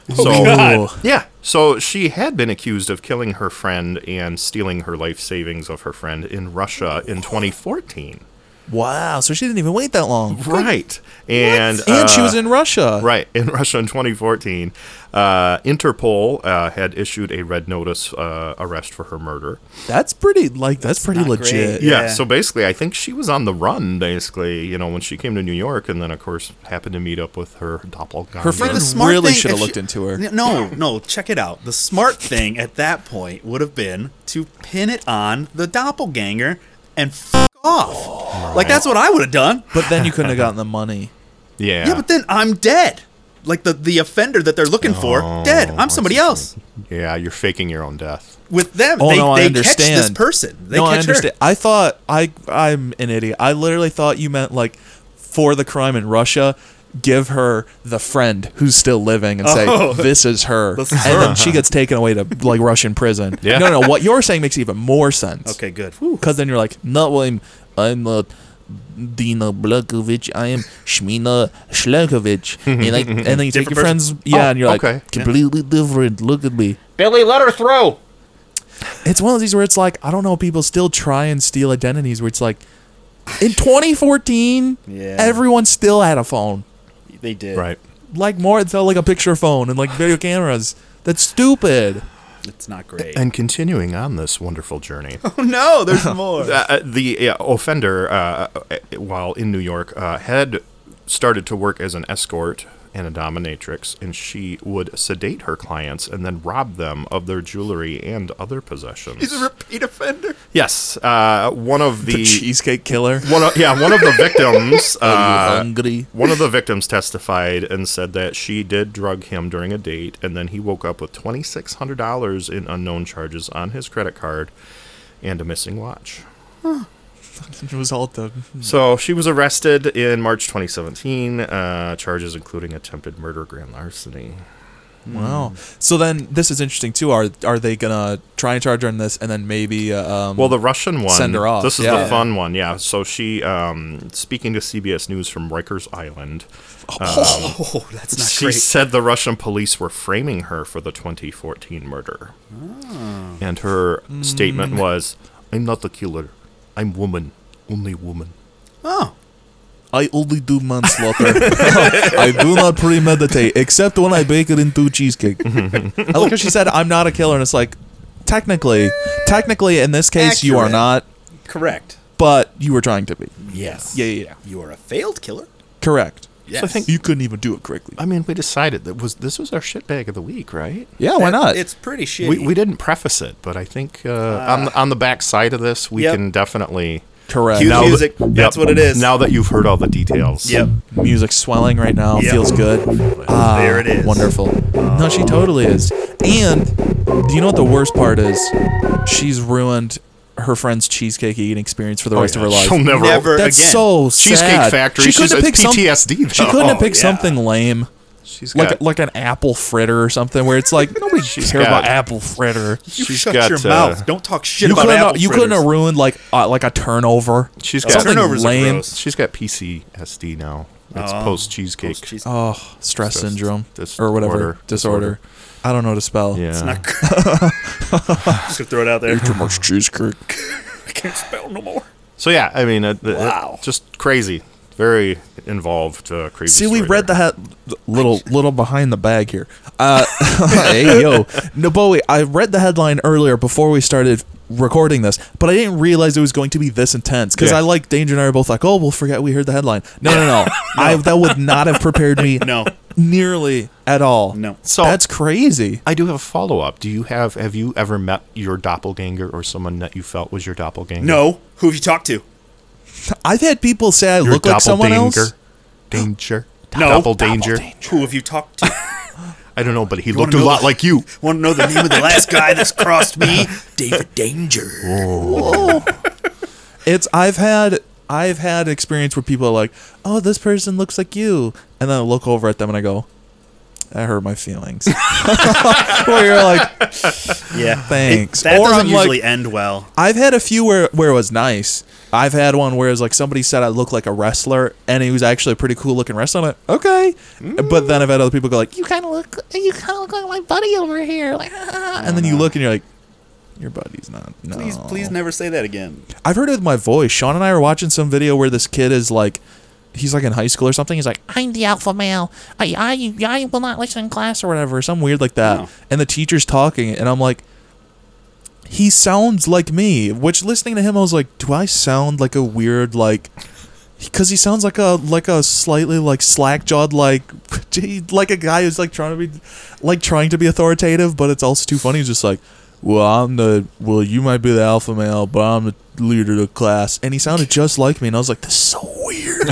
So
Oh, God.
yeah, so she had been accused of killing her friend and stealing her life savings of her friend in Russia in 2014.
Wow. So she didn't even wait that long.
Right, and
And she
uh,
was in Russia.
Right. In Russia in 2014, uh, Interpol uh, had issued a red notice uh, arrest for her murder.
That's pretty like that's, pretty
not great.
legit.
Yeah.
Yeah.
So basically, I think she was on the run. Basically, you know, when she came to New York, and then of course happened to meet up with her doppelganger.
Her friend
the
is-
smart
really
thing-
should have
if she-
looked into her.
N- No, no, check it out. The smart thing at that point would have been to pin it on the doppelganger and f off. Like that's what I would have done.
But then you couldn't have gotten the money.
yeah.
Yeah. but then I'm dead. Like the the offender that they're looking for,
Oh,
dead. I'm somebody else.
yeah, you're faking your own death.
With them,
Oh
they,
no, I
they
understand.
catch this person. They
no,
catch
I understand. I thought I I'm an idiot. I literally thought you meant like for the crime in Russia, give her the friend who's still living and say
Oh.
this is her,
This is
and then she gets taken away to like Russian prison.
Yeah.
No, no, what you're saying makes even more sense.
her. Okay, good. Whew.
because then you're like, no, well, I'm I'm uh, Dina Blakovic. I am Shmina Shlakovic, and like, and then you take
Different
your friends, yeah,
Oh,
and you're like
okay.
completely different. Look at me.
Billy, let her through.
It's one of these where it's like I don't know. People still try and steal identities. Where it's like, in 2014,
Yeah.
everyone still had a phone.
They did.
Right.
Like more, it's like a picture phone and like video cameras. That's stupid.
It's not great.
And continuing on this wonderful journey,
oh no, there's more.
uh, the uh, offender, uh, uh, while in New York, uh, had started to work as an escort and a dominatrix, and she would sedate her clients and then rob them of their jewelry and other possessions.
repeat offender.
yes, uh, one of the,
The cheesecake killer.
one of, yeah one of the victims.
you
Uh,
hungry?
one of the victims testified and said that she did drug him during a date, and then he woke up with twenty six hundred dollars in unknown charges on his credit card and a missing watch.
It was all done.
So she was arrested in March 2017. Uh, charges including attempted murder, grand larceny.
Wow. Oh. So then this is interesting too. Are are they gonna try and charge her on this and then maybe uh, um,
Well, the Russian one.
Send her off,
This is
yeah.
the fun one. Yeah. So she, um, speaking to CBS News from Rikers Island,
Oh, that's not
she
great.
said the Russian police were framing her for the 2014 murder.
Ah.
And her
Mm.
statement was, "I'm not the killer. I'm woman. Only woman."
oh,
I only do manslaughter. I do not premeditate except when I bake it into cheesecake. I like how she said I'm not a killer and it's like technically technically in this case you are
Accurate.
not,
correct.
but you were trying to be.
Yes.
Yeah, yeah, yeah.
You are a failed killer.
Correct.
Yes.
I think-
You couldn't even do it correctly.
I mean, we decided that was this was our shitbag of the week, right?
Yeah, why not?
It's pretty shitty.
We, we didn't preface it, but I think uh, on the, on the back side of this, we
Yep.
can definitely
Correct.
Cue
Now that-
music.
Yep.
That's what it is.
Now that you've heard all the details,
Yep.
music swelling right now.
Yep.
Feels good. Ah,
There it is.
Wonderful. No, she totally is. And do you know what the worst part is? She's ruined her friend's cheesecake eating experience for the rest of her life.
Oh, she'll never.
Never
That's
again.
so
Cheesecake
sad.
Factory,
She couldn't
she's-
have
it's
picked some-
PTSD
she
though.
couldn't have
Oh,
picked
yeah.
something lame.
Oh, She's got,
Like, like an apple fritter or something, where it's like nobody
She's
cares about
got-
apple fritter.
You
she's
shut
got,
your
uh,
mouth. Don't talk shit
You
about
couldn't,
apple
have, you couldn't have ruined like uh, like a turnover.
she's
Something
got
turnovers are
lame.
gross.
she's got PCSD now. It's post cheesecake.
She's
Oh, stress,
Stress
syndrome
dis-
or whatever
disorder.
disorder. I don't know how to spell.
yeah,
not great. Just gonna throw it out there.
Too much cheesecake.
I can't spell no more.
So yeah, I mean, it, it-
Wow.
just crazy, very involved, uh, creepy.
See, we
story
read the
there.
he- little little behind the bag here. Uh, hey yo, no, Bowie. I read the headline earlier before we started recording this, but I didn't realize it was going to be this intense because
Yeah.
I like Danger and I are both like, oh, we'll forget we heard the headline. No, no, no. I that would not have prepared me
No.
nearly at all.
No.
So-
that's crazy.
I do have a follow up. Do you have have you ever met your doppelganger or someone that you felt was your doppelganger?
No. Who have you talked to?
I've had people say I
your
look like someone else.
doppeldanger. Danger.
No.
Double danger.
Who have you talked to?
I don't know, but he
wanna
looked a
know
lot
the-
like you.
Want to know the name of the last guy that's crossed me? David Danger.
It's I've had I've had experience where people are like, "Oh, this person looks like you," and then I look over at them and I go, "That hurt my feelings." where you're like,
Yeah.
"Thanks,"
That
or I'm
doesn't usually
like,
end well.
I've had a few where where it was nice. I've had one where it's like somebody said I look like a wrestler, and he was actually a pretty cool looking wrestler. I'm like, okay, but then I've had other people go like, "You kind of look, you kind of look like my buddy over here," like, ah. and then you look and you're like, "Your buddy's not." No.
Uh-huh. Please, please never say that again.
I've heard it with my voice. Sean and I were watching some video where this kid is like, he's like in high school or something. He's like,
I'm the alpha male. I, I, I will not listen in class or whatever.
or some weird like that.
Oh.
And the teacher's talking, and I'm like, he sounds like me. Which listening to him, I was like, do I sound like a weird like? Because he sounds like a like a slightly like slack jawed like gee, like a guy who's like trying to be like trying to be authoritative, but it's also too funny. He's just like, well, I'm the well, you might be the alpha male, but I'm the leader of the class, and he sounded just like me, and I was like, this is so weird.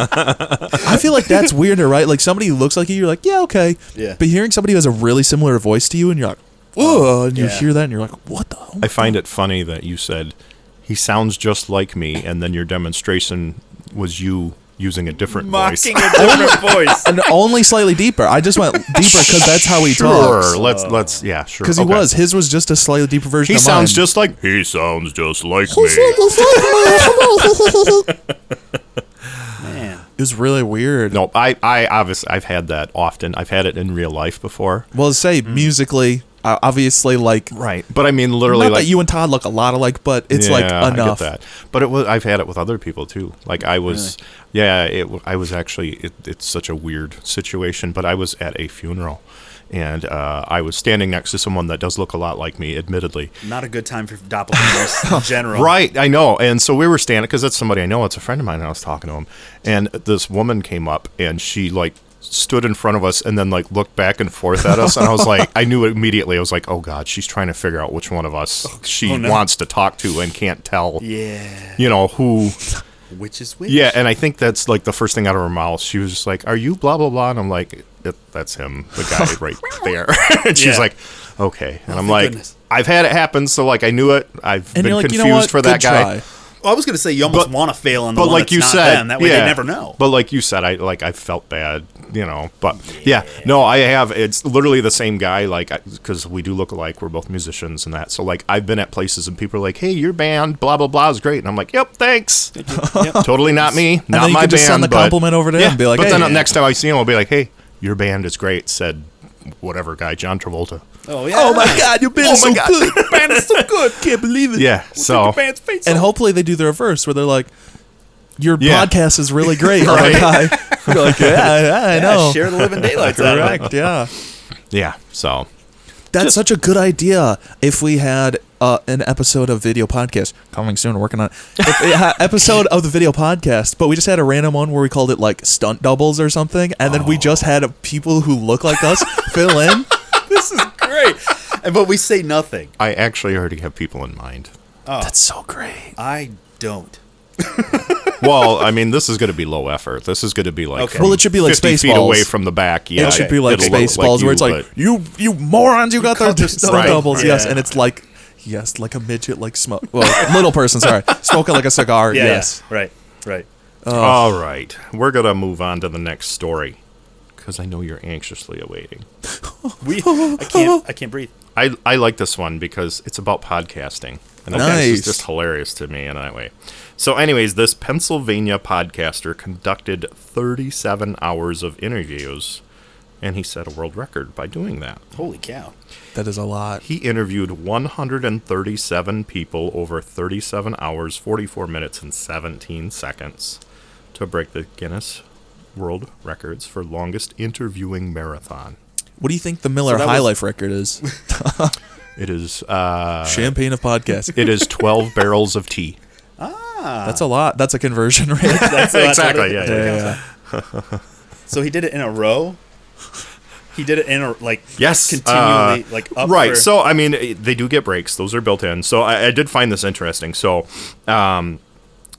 I feel like that's weirder, right? Like somebody who looks like you, you're like, yeah, okay.
Yeah.
But hearing somebody who has a really similar voice to you, and you're like, whoa, and you
Yeah.
hear that, and you're like, what the? hell?
I find it funny that you said he sounds just like me, and then your demonstration was you using a different voice.
a different voice.
and only slightly deeper. I just went deeper because that's how he
Sure,
talks.
let's let's yeah, sure.
Because he
okay.
was his was just a slightly deeper version.
He
of
sounds
mine.
just like he sounds just like me.
it
Man.
was really weird.
No, I I obviously I've had that often. I've had it in real life before.
Well, say musically, uh, obviously like
Right. But I mean, literally,
not
like
that you and Todd look a lot alike, but it's
Yeah,
like enough.
I get that. But it was I've had it with other people too. Like I was, yeah, it w- I was actually it, it's such a weird situation. But I was at a funeral, and uh, I was standing next to someone that does look a lot like me, admittedly.
Not a good time for doppelgangers in general.
Right, I know. And so we were standing because that's somebody I know. It's a friend of mine. And I was talking to him, and this woman came up and she like stood in front of us and then like looked back and forth at us. And I was like, I knew immediately. I was like, oh god, she's trying to figure out which one of us she
oh, no.
wants to talk to and can't tell.
Yeah.
You know who?
Which is which?
Yeah, and I think that's like the first thing out of her mouth. She was just like, "Are you blah blah blah?" And I'm like, "That- "That's him, the guy right there." and she's
Yeah.
like, "Okay," and I'm
thank
like,
goodness.
"I've had it happen, so like I knew it. I've
Oh, And
been
you're like, you
confused
know what?
for that
Good
guy."
try.
Well, I was gonna say you almost
But-
want to fail on the
But
one
like
that's
you
not
said,
them. That way
yeah.
they never know.
But like you said, I like I felt bad, you know. But yeah, no, I have. It's literally the same guy, like because we do look alike. We're both musicians and that. So like I've been at places and people are like, "Hey, your band, blah blah blah, is great," and I'm like, "Yep, thanks." Totally not me, not
and then you
my band.
could just send the
but-
compliment over to him
yeah,
and be like,
but then
"Hey."
uh, next time I see him, I'll be like, "Hey, your band is great," said whatever guy, John Travolta.
oh yeah.
Oh my god, your band is so
my God.
good. Your band is so good. Can't believe it.
Yeah, so
And hopefully they do the reverse where they're like, your
Yeah.
podcast is really great. right. You're like, yeah, I, I know.
Share the living daylights out of it.
Correct. Yeah.
yeah, so
That's such a good idea. If we had uh, an episode of video podcast coming soon, we're working on it. If it had episode of the video podcast, but we just had a random one where we called it like stunt doubles or something, and then we just had people who look like us fill in.
This is great. And- but we say nothing.
I actually already have people in mind.
That's so great.
I don't.
Well, I mean, this is going to be low effort. This is going to be like
Okay.
from
Well, it should be like
50 feet
Spaceballs.
away from the back. Yeah,
it should be like
it'll look
Spaceballs, where it's
you,
like you, you morons, you got
called
the
your
stunt
stunt
doubles,
double.
yes,
Yeah.
and it's like, yes, like a midget, like smoke, well, little person, sorry, smoking like a cigar,
Yeah,
yes.
yeah, Right. Right.
but-
oh.
all right, we're gonna move on to the next story because I know you're anxiously awaiting.
We. I can't. I can't breathe.
I, I like this one because it's about podcasting. And I think
Nice.
it's just hilarious to me in that way. So, anyways, this Pennsylvania podcaster conducted 37 hours of interviews, and he set a world record by doing that.
Holy cow.
That is a lot.
He interviewed 137 people over 37 hours, 44 minutes, and 17 seconds to break the Guinness World Records for longest interviewing marathon.
What do you think the Miller
that
High
was-
Life record is?
It is uh,
Champagne of podcasts.
it is 12 barrels of tea.
That's a lot. That's a conversion rate.
That's that's what
Exactly,
it-
yeah,
that's what it counts on. So he did it in a row. He did it in a like.
Yes,
Continually,
uh,
like up.
right.
for-
So I mean, it- they do get breaks; those are built in. So I, I did find this interesting. So um,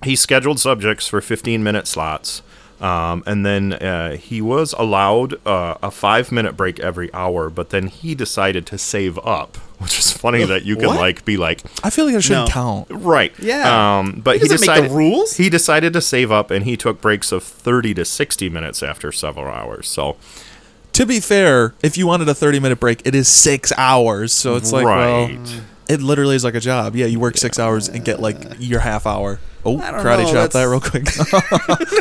he scheduled subjects for 15-minute slots, um, and then uh, he was allowed uh, a five-minute break every hour. But then he decided to save up, which is funny that you can
What?
like be like,
I feel like I shouldn't
No.
count.
Right.
Yeah.
Um, but
He
he,
doesn't make the
decided
rules.
He decided to save up, and he took breaks of thirty to sixty minutes after several hours. So
To be fair, if you wanted a 30 minute break, it is six hours. So it's like,
right.
well, it literally is like a job. Yeah, you work six hours and get like your half hour. Oh,
I don't
karate
know,
chop
that's-
that real quick.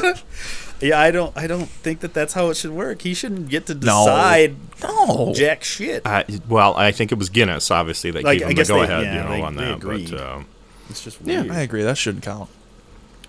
Yeah, I don't. I don't think that that's how it should work. He shouldn't get to
No.
decide
no.
jack shit.
Uh, well, I think it was Guinness, obviously, that
Like,
gave him
I
the
guess they-
go ahead,
yeah,
you know,
they-
on
they
that. But
agreed.
um,
it's just
yeah,
weird.
I agree. That shouldn't count.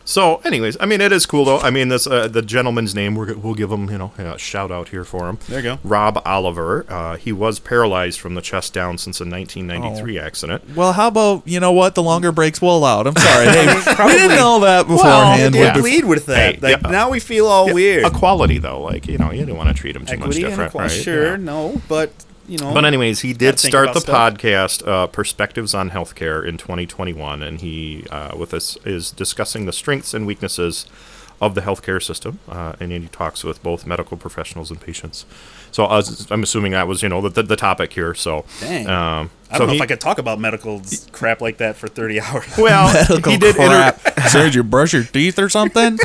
so, anyways, I mean, it is cool though. I mean, this uh, the gentleman's name. We're, g- we'll give him, you know, a shout out here for him.
There you go.
Rob Oliver. Uh, he was paralyzed from the chest down since a
Oh.
1993 accident.
Well, how about, you know what? The longer breaks will allow. it. I'm sorry. Hey, we
Probably-
didn't know that
And
beforehand.
yeah.
we lead with that.
Hey,
like
yeah.
now we feel all weird.
Equality though, like you know, you don't want to treat him too
Equity
much
and
different,
equality.
right?
Sure,
Yeah.
no, but you know.
But anyways, he did
Gotta think
start
about
the
stuff.
podcast uh, "Perspectives on Healthcare" in 2021, and he, uh, with us, is discussing the strengths and weaknesses of the healthcare system, uh, and he talks with both medical professionals and patients. So I was, I'm assuming that was, you know, the, the, the topic here. So,
Dang.
Um,
I don't
so
know
he-
if I could talk about medical s- crap like that for 30 hours.
Well,
Medical
he did inter-
crap. Sir, did you brush your teeth or something?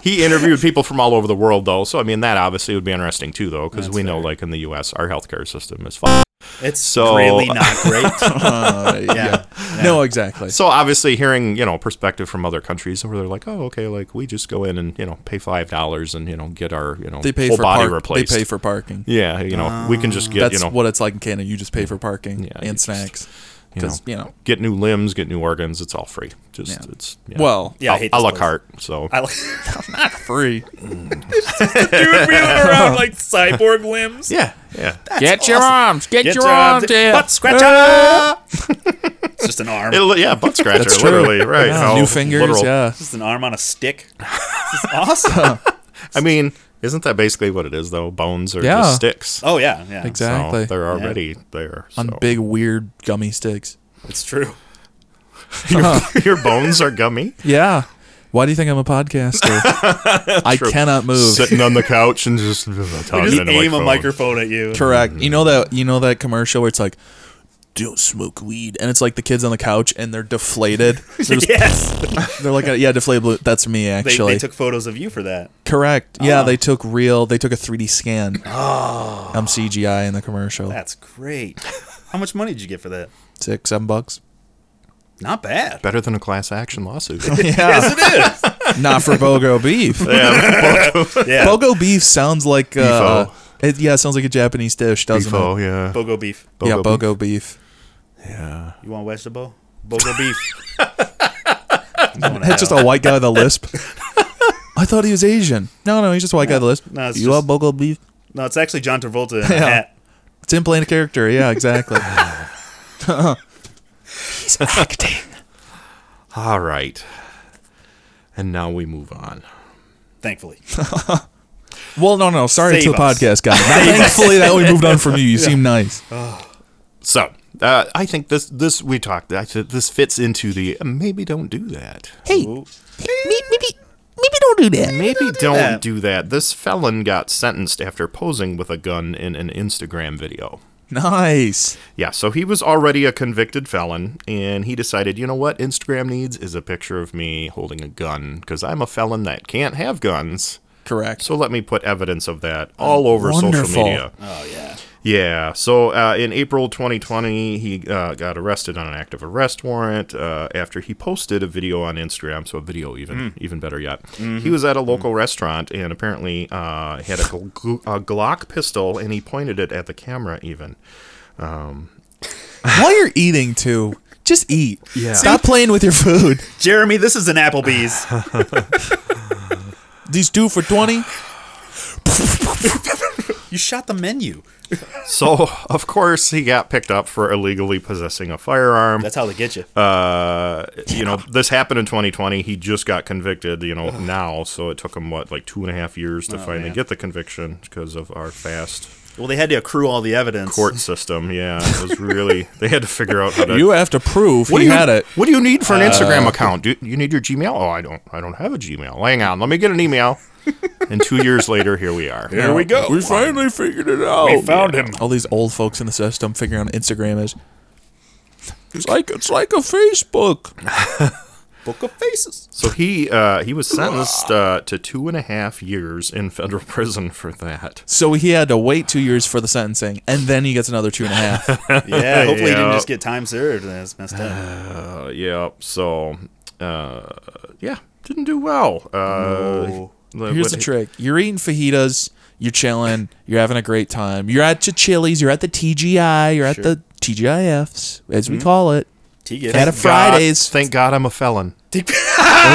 he interviewed people from all over the world, though. So I mean, that obviously would be interesting too, though, because we know, like in the U.S., our healthcare system is fucked.
It's
So- Oh,
really not great.
Uh,
yeah.
No, exactly.
So obviously, hearing you know perspective from other countries where they're like, oh, okay, like we just go in and you know pay five dollars and you know get our you know
They pay
whole
for
body
park-
replaced.
They pay for parking.
yeah, you know, we can just get
That's
you know
what it's like in Canada. You just pay for parking
Yeah, you
and
just-
snacks.
you
Because
know.
you know,
get new limbs, get new organs. It's all free. Just
Yeah.
it's
well,
Yeah, I
a-
hate
a
this
la
place.
carte. So
I like
not free.
dude wheeling around like cyborg limbs.
yeah, yeah.
Get your arms. Get, your, arms. in.
butt scratcher. it's just an arm. It's
It'll, yeah, butt scratcher,
That's true.
literally, right?
Yeah,
how
new fingers.
literal.
Yeah.
just an arm on a stick. This is awesome.
I mean, isn't that basically what it is though? Bones are
Yeah.
just sticks.
oh yeah, yeah.
So
Exactly.
they're already there. So.
On big weird gummy sticks.
It's true.
Your bones are gummy.
Yeah. Why do you think I'm a podcaster? I cannot move.
Sitting on the couch Oh, and just
You
talking
just
into
aim a
microphone.
microphone at you.
Correct. You know
Mm-hmm.
that you know that commercial where it's like, "Don't smoke weed," and it's like the kids on the couch and they're deflated. They're, just-
yes.
they're like, "Yeah, deflated." blue." That's me
They,
actually.
they took photos of you for that.
Correct.
Ah.
Yeah, they took real. They took a 3D scan. Oh. I'm CGI in the commercial.
That's great. How much money did you get for that?
Six, seven bucks.
Not bad.
Better than a class action lawsuit.
Yeah,
Yes, it
not for Bogo beef.
is. yeah.
Bogo beef sounds like uh, it, yeah, it sounds like a Japanese dish, doesn't
Beefo,
it?
yeah.
Bogo beef.
yeah,
Bogo
Bogo beef.
You want vegetable? Bogo beef.
That's just a white guy with a lisp. I thought he was Asian. No, no, he's just a white guy with a lisp.
No, it's
you
just-
love Bogo beef?
No, it's actually John Travolta in a
Yeah.
hat.
It's in playing a character. Yeah, exactly. he's acting.
All right. And now we move on.
Thankfully.
Well, no, no. Sorry
Save
to the
us.
podcast guy. Thankfully that we moved on from you. You seem nice.
So uh, I think this this we talked. I said this fits into the uh, maybe don't do that.
Hey,
Ooh.
maybe, maybe, maybe don't do that.
Maybe don't
that.
do that. This felon got sentenced after posing with a gun in an Instagram video.
Nice.
Yeah, so he was already a convicted felon, and he decided, you know what, Instagram needs is a picture of me holding a gun because I'm a felon that can't have guns.
Correct.
So let me put evidence of that all over social
Wonderful.
media.
Oh yeah.
Yeah. So uh, in April 2020, he uh, got arrested on an active arrest warrant uh, after he posted a video on Instagram. So a video, even
Mm.
even better yet.
Mm-hmm.
He was at a local restaurant and apparently uh, had a, gl- gl- a Glock pistol and he pointed it at the camera. Even
While you're eating too, just eat. Yeah. Stop playing with your food.
Jeremy, this is an Applebee's.
These two for twenty.
you shot the menu.
so, of course, he got picked up for illegally possessing a firearm.
That's how they get you.
uh, you know, this happened in 2020. He just got convicted, you know, now. So it took him, what, like two and a half years to finally
man.
get the conviction because of our fast
well, they had to accrue all the evidence.
court system. Yeah, it was really, they had to figure out how to.
You have to prove
Uh, what
he
do you,
had it. Uh,
What do you need for an Instagram account? Do you need your Gmail? Oh, I don't. I don't have a Gmail. Hang on, let me get an email. And two years later, here we are.
Here we go. We finally figured it out. We found him. All these old folks in the system figuring out Instagram is. It's like it's like a Facebook.
Book of faces.
So he uh, he was sentenced uh, to two and a half years in federal prison for that.
So he had to wait two years for the sentencing, and then he gets another two and a half.
Yeah. Hopefully, you didn't
Yeah.
just get time served. That's messed up.
Uh, yeah. So, uh, yeah, didn't do well. Uh, the-
Here's
what-
the trick: you're eating fajitas, you're chilling, you're having a great time. You're at your Chili's, you're at the TGI, you're at the TGIFs, as
Hmm?
we call it.
T
Had a
gets.
Fridays.
God, thank God I'm a felon.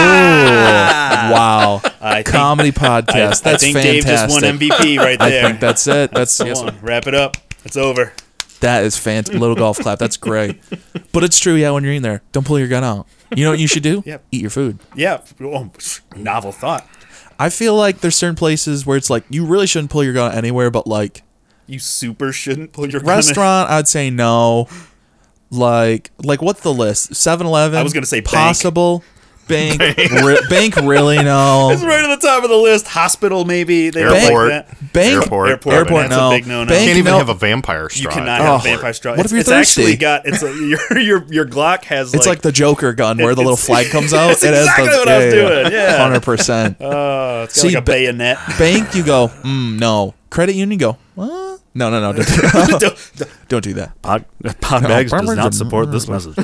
wow,
Ah! I think-
comedy podcast.
I
That's
think
fantastic.
Dave just won MVP right
I
there.
think that's it. That's
Come on, wrap it up. It's over.
That is fantastic. Little golf clap. That's great. But it's true. Yeah, when you're in there, don't pull your gun out. You know what you should do?
Yep.
Eat your food.
Yeah. Oh, novel thought.
I feel like there's certain places where it's like you really shouldn't pull your gun out anywhere, but like
You super shouldn't pull your gun in.
restaurant, I'd say no. Like, like what's the list? 7-Eleven.
I was gonna say bank.
possible. Bank, re- bank really
It's
no.
right at the top of the list. Hospital, maybe. They don't
Airport.
Like that.
Bank,
Airport.
Airport.
Airport,
That's
no.
a big no-no.
Bank,
Can't even
no.
have a vampire straw.
You cannot
Oh.
have vampire straw.
What if you're
it's, it's actually
thirsty?
got it's a, your your your Glock has
It's like,
like,
the Joker gun where the little
it's-
flag comes out.
that's exactly what I was doing, yeah.
hundred percent.
uh, it's got
See,
like a
ba-
bayonet.
Bank, you go. Mm, no. Credit union, you go. What? No, no, no. Don't do that. don't do that.
Pod, pod
Bags does not support this
message.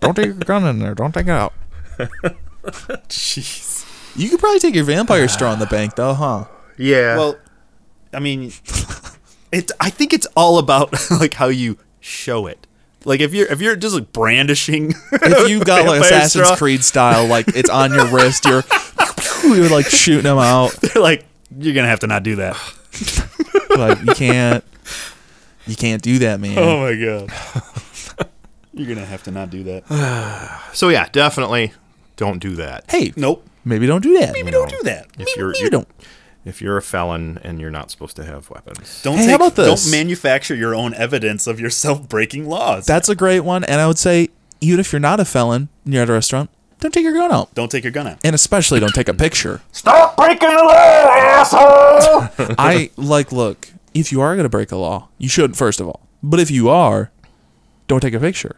Don't take your gun in there. Don't take it out.
Jeez.
You could probably take your vampire straw in the bank though, huh?
Yeah.
Well, I mean, it. I think it's all about like how you show it. Like if you're if you're just like brandishing,
If you got like
Vampire
Assassin's
straw.
Creed style, like it's on your wrist, you're you're like shooting them out.
they're like you're gonna have to not do that.
Like you can't, you can't do that, man.
Oh my god. You're gonna have to not do that.
so yeah, definitely don't do that.
Hey,
Nope.
maybe don't do that.
Maybe don't do that.
If you're,
you don't.
if you're a felon and you're not supposed to have weapons.
Don't
Hey,
take,
how about this?
Don't manufacture your own evidence of yourself breaking laws.
That's a great one, and I would say even if you're not a felon and you're at a restaurant, don't take your gun out,
don't take your gun out.
and especially don't take a picture.
Stop breaking the law, asshole!
I like look. If you are gonna break a law, you shouldn't first of all. But if you are, don't take a picture.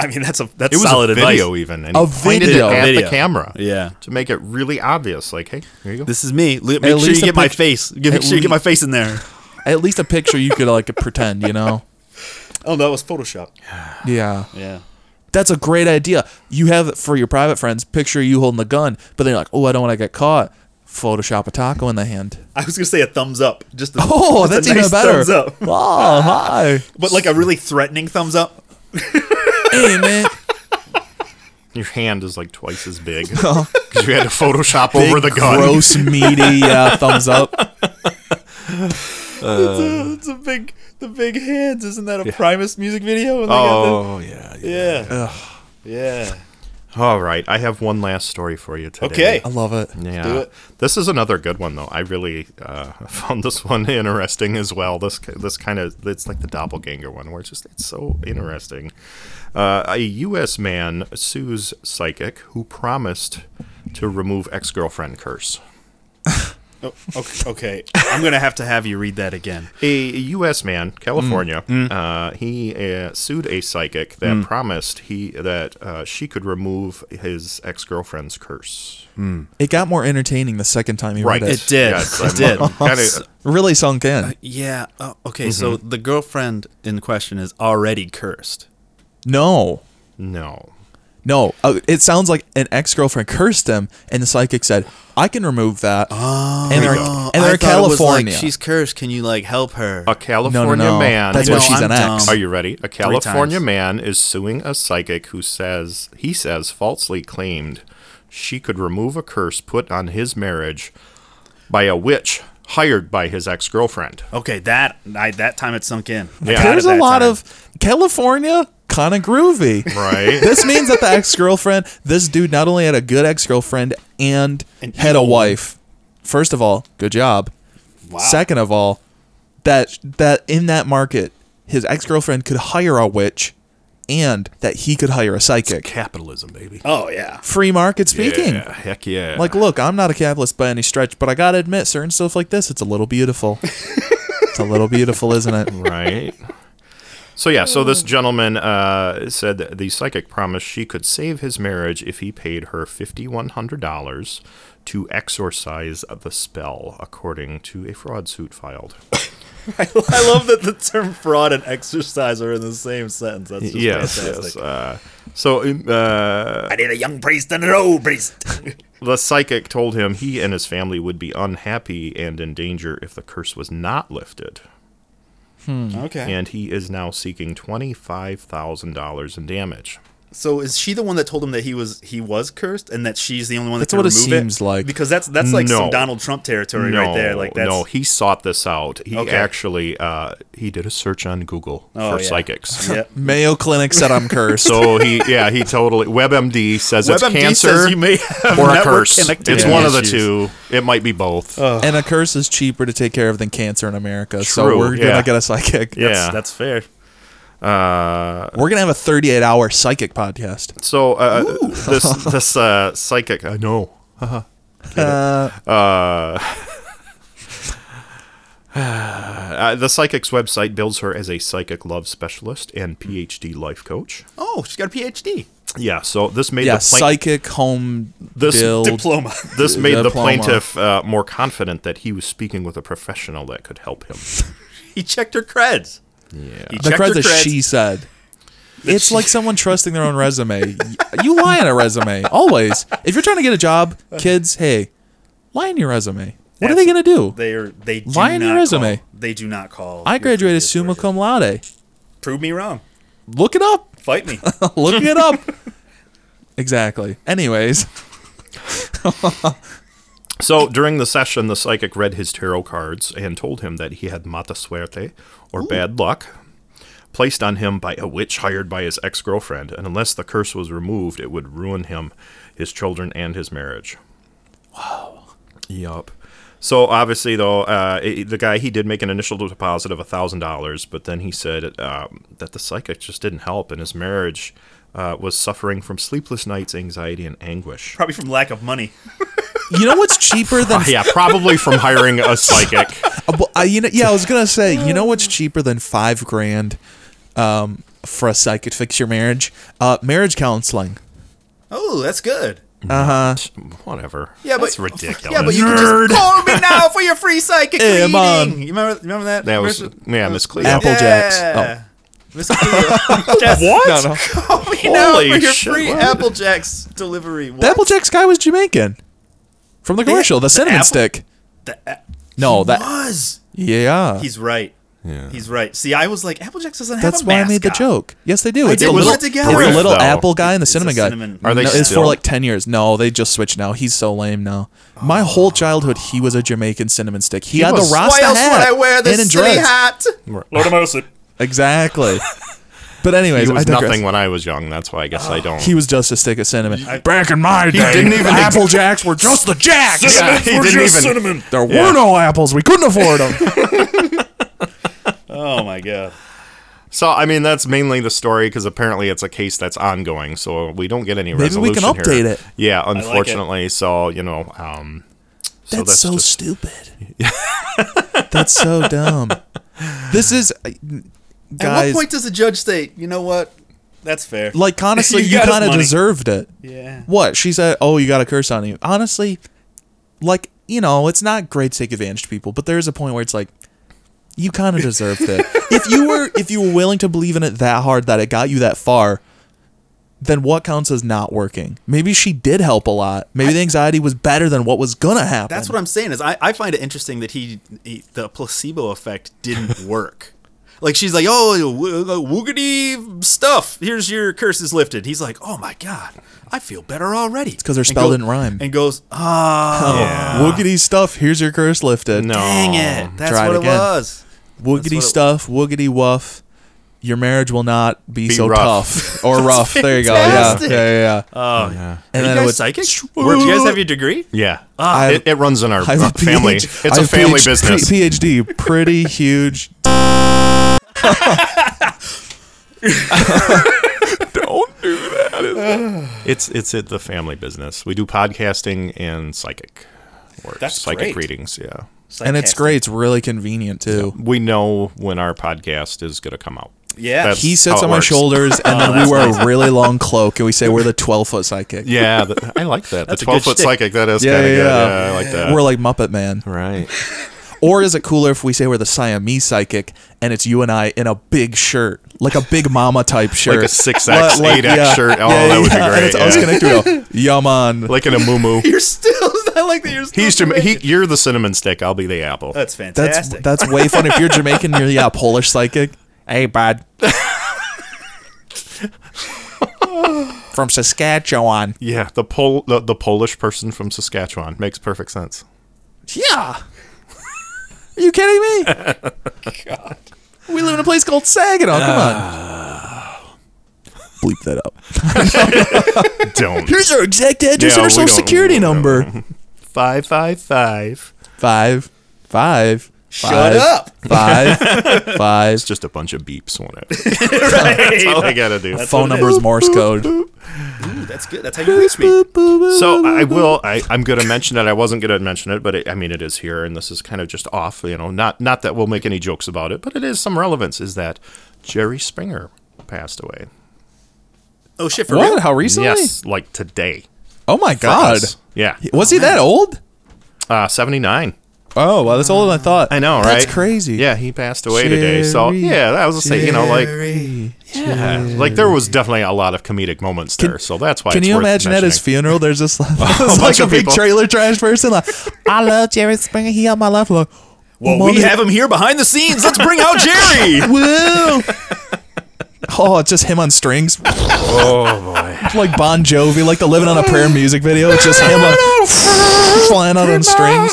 I mean, that's a that's
It was
solid
a video
advice.
even, and
A
he pointed
video.
it at
Video.
the camera.
Yeah.
To make it really obvious, like, hey, here you go.
e- This is me. Look-
At
Make sure
least
you
a
get my
pic-
face. Get- Make
at
sure you get my
least-
face in there.
At least a picture you could like pretend, you know?
Oh, that was Photoshop.
Yeah.
Yeah.
That's a great idea. You have for your private friends picture you holding the gun, but then you're like, oh, I don't want to get caught. Photoshop a taco in the hand.
I was gonna say a thumbs up. Just a,
Oh,
just a
that's
nice
even better.
Thumbs up,
Oh, hi.
but like a really threatening thumbs up.
Hey, man.
Your hand is like twice as big because you had to Photoshop over the
Big,
gun.
Gross, meaty uh, thumbs up.
It's a big, the big hands. Isn't that a Primus music video? When they got
Oh yeah,
the,
yeah.
yeah. Yeah.
All right, I have one last story for you today.
Okay.
I love it.
Yeah.
do it.
This is another good one though. I really uh, found this one interesting as well. This this kind of it's like the doppelganger one where it's just it's so interesting. Uh, a U.S. man sues psychic who promised to remove ex-girlfriend curse.
Oh, okay, okay. I'm gonna have to have you read that again.
A U.S. man, California,
Mm.
Uh, he uh, sued a psychic that promised he that uh, she could remove his ex-girlfriend's curse.
It got more entertaining the second time you
Right.
read
It
it.
did.
Yes,
it
I'm-
did.
I'm kinda-
Really sunk in.
Yeah. Oh, okay. So the girlfriend in question is already cursed.
No.
no.
No. Uh, it sounds like an ex girlfriend cursed him, and the psychic said, I can remove that.
Ah,
Oh, and they're, and they're in California.
she's cursed. Can you like help her?
A California
no.
man.
That's
I
why
know,
she's
I'm
an ex.
dumb.
Are you ready? A California
times.
man is suing a psychic who says he says falsely claimed she could remove a curse put on his marriage by a witch hired by his ex-girlfriend.
Okay, that I, that time it sunk in. I
Yeah.
got it
There's a
that
lot
time.
of California kind of groovy.
Right?
this means that the ex girlfriend, this dude not only had a good ex girlfriend and
An
had a
evil
wife. First of all, good job.
Wow.
Second of all, that that in that market, his ex girlfriend could hire a witch, and that he could hire a psychic.
Capitalism, baby.
Oh yeah.
Free market speaking.
Yeah, heck yeah.
Like, look, I'm not a capitalist by any stretch, but I gotta admit, certain stuff like this, it's a little beautiful. it's a little beautiful, isn't it?
right? So yeah, so this gentleman uh, said that the psychic promised she could save his marriage if he paid her fifty one hundred dollars to exorcise the spell, according to a fraud suit filed.
I love that the term fraud and exercise are in the same sentence. That's just
yes,
fantastic.
yes. Uh, so uh,
I need a young priest and an old priest.
the psychic told him he and his family would be unhappy and in danger if the curse was not lifted,
okay.
and he is now seeking twenty five thousand dollars in damage.
So is she the one that told him that he was he was cursed and that she's the only one that
That's
can
what it
remove
seems like.
Because that's that's like some
No.
Donald Trump territory right there. Like that's
no, he sought this out. He
Okay.
actually uh, he did a search on Google
Oh,
for
yeah.
psychics.
Yeah.
Mayo Clinic said I'm cursed.
So he yeah he totally WebMD says it's
WebMD
cancer
says you may have
or a
network
curse.
connectivity
It's one of the
issues. Oh.
two. It might be both.
and a curse is cheaper to take care of than cancer in America. so
True,
we're
yeah.
gonna get a psychic.
yeah,
That's, that's fair.
Uh,
We're gonna have a 38 hour psychic podcast.
so uh, this this uh, psychic, I know.
Uh-huh.
Uh, uh, the psychic's website builds her as a psychic love specialist and PhD life coach.
Oh, she's got a PhD
Yeah, so this made
yeah,
the plaint-
psychic home
This
build.
diploma.
this made the
diploma.
plaintiff uh, more confident that he was speaking with a professional that could help him.
he checked her creds.
Yeah.
He
the
checked
cred
her
that she said. It's like someone trusting their own resume. Y- you lie on a resume always. If you're trying to get a job, kids, hey, lie on your resume. What are they gonna
That's-
do?
They are. They do
Lie on
not
your resume.
Call, they do not call.
I
your
graduated
previous
summa
version.
cum laude.
Prove me wrong.
Look it up.
Fight me.
Look it up. Exactly. Anyways,
So during the session, the psychic read his tarot cards and told him that he had mata suerte, or bad luck, placed on him by a witch hired by his ex girlfriend, and unless the curse was removed, it would ruin him, his children, and his marriage. Wow. Yup. So obviously, though, uh, i the guy he did make an initial deposit of thousand dollars, but then he said um, that the psychic just didn't help, and his marriage uh, was suffering from sleepless nights, anxiety, and anguish.
Probably from lack of money.
you know what's cheaper than
Yeah, probably from hiring a psychic.
Uh, well, I, you know, yeah, I was gonna say, you know what's cheaper than five grand um, for a psychic to fix your marriage? Uh, marriage counseling.
Oh, that's good.
Whatever.
Yeah, but
That's ridiculous.
Yeah, but you can just call me now for your free psychic
Hey,
reading.
man.
You remember? you Remember that?
that was
Mr.
yeah, Miss Cleo.
Apple Jacks. Oh.
Yeah. Mr. Cleo. Yes.
What?
No, no.
Call me now
Holy
for your
shit,
free
what?
Apple Jacks delivery. What?
The Applejack's guy was Jamaican from the commercial, the,
the
cinnamon
apple-
stick.
The- uh,
No, that
was.
yeah.
He's right. He's right. See, I was like, Applejack doesn't
That's
have a
why I made the
mascot.
joke. Yes, they do. It's
did
the
put
little,
it together.
It's the
Proof,
little
though.
apple guy and the cinnamon guy.
cinnamon-
Are they
no, It's for
still-
like ten years. No, they just switched now. He's so lame now. My whole childhood, he was a Jamaican cinnamon stick. He, had
Oh. was-
the
Why
Rasta
Why else
hat
would I wear
and
this
in
silly
dreads.
hat?
Exactly. But anyways,
He
I
was
digress.
nothing when I was young. That's why I guess I don't.
He was just a stick of cinnamon.
Back in my day,
didn't even
Apple Jacks were just the Jacks.
Yeah, he didn't even.
There were no apples. We couldn't afford them.
Oh my god.
So I mean, that's mainly the story because apparently it's a case that's ongoing, so we don't get any
Maybe we
resolution
can
here.
update it.
Yeah, unfortunately. So you know, um, so
That's so
just-
stupid. that's so dumb. This is, uh,
At
guys.
what point does the judge say, you know what? That's fair.
like honestly,
You
you,
got his
kind of
money.
deserved it.
yeah.
What she said? Oh, you got a curse on you. Honestly, like you know, it's not great to take advantage of people, but there is a point where it's like. You kind of deserved it. if you were, if you were willing to believe in it that hard that it got you that far, then what counts as not working? Maybe she did help a lot. Maybe the anxiety was better than what was gonna happen.
That's what I'm saying is I, I find it interesting that he, he the placebo effect didn't work. like she's like, "Oh, wo- woogity stuff. Here's your curse is lifted." He's like, "Oh my god. I feel better already." It's
'cause their spell didn't Oh. rime.
And goes, "Ah,
Yeah.
Woogity stuff. Here's your curse lifted.
No.
dang it. That's
Try it
what it,
again.
was."
Woogity
what it-
stuff. Woogity woof. Your marriage will not be,
Be
so
rough. Uh,
tough or rough. There you go. Yeah. Yeah.
fantastic.
Yeah. yeah.
Oh. yeah.
and then
you guys
it would,
psychic? Where, do you guys have your degree?
Yeah,
Ah.
I have-
it, it runs in our
I have
uh, family.
PhD
it's
I
a
have
family
PhD
business.
PhD. Pretty huge.
It's it's at the family business. We do podcasting and psychic work.
That's
psychic
great.
readings. Yeah,
And it's great. It's really convenient too.
we know when our podcast is going to come out.
Yeah.
That's
He
how
sits
it
on my
works.
shoulders, and then we wear a really long cloak, and we say we're the twelve foot psychic.
Yeah, th- I like that. the
a good
twelve foot
shtick.
psychic. That is
Yeah,
kind of
yeah,
good.
yeah.
Yeah, I like that.
We're like Muppet Man.
right.
Or is it cooler if we say we're the Siamese psychic and it's you and I in a big shirt, like a big mama type shirt,
Like a 6X, 8X shirt. Oh, that would be
And
great,
it's us
yeah.
connected. Yeah, man.
Like in a moo
You're still I like that you're still
He's Jama-
Jamaican.
he, You're the cinnamon stick. I'll be the apple.
That's
that's
fantastic.
that's way fun. If you're Jamaican, you're yeah Polish psychic
Hey, bud.
from Saskatchewan.
yeah, the Pol the, the Polish person from Saskatchewan makes perfect sense.
Yeah. Are you kidding me? God. We live in a place called Saginaw. Come on. Bleep that up.
Don't
Here's our exact
Yeah,
address and our
we
social
don't-
security
we don't
number.
five five five.
Five. Five.
Shut
Five.
up.
Five, five.
It's just a bunch of beeps on it. That's all I gotta do.
phone
what it
number is Morse code.
Ooh, that's good. That's how you reach me.
So I will. I, I'm going to mention it. I wasn't going to mention it, but it, I mean, it is here, and this is kind of just off. You know, not not that we'll make any jokes about it, but it is some relevance. Is that Jerry Springer passed away?
Oh shit, for
What?
real?
How recently?
Yes, like today.
Oh my
for
god.
us. Yeah.
Was he that old?
Uh, 79.
Oh, wow, that's older than I thought.
I know, right?
That's crazy.
Yeah, he passed away today. So
Jerry,
yeah, that was to say, you know, like yeah, like there was definitely a lot of comedic moments there. so that's why.
Can
it's
you
worth
imagine at his
mentioning.
funeral? There's just like,
bunch
like a
of
big
people.
trailer trash person. Like, I love Jerry Springer. He helped my life. Like,
Well, we
mother-
have him here behind the scenes. Let's bring out Jerry.
Woo! oh, it's just him on strings. Oh boy! like Bon Jovi, like the "Living on a Prayer" music video. It's just him on, flying out on strings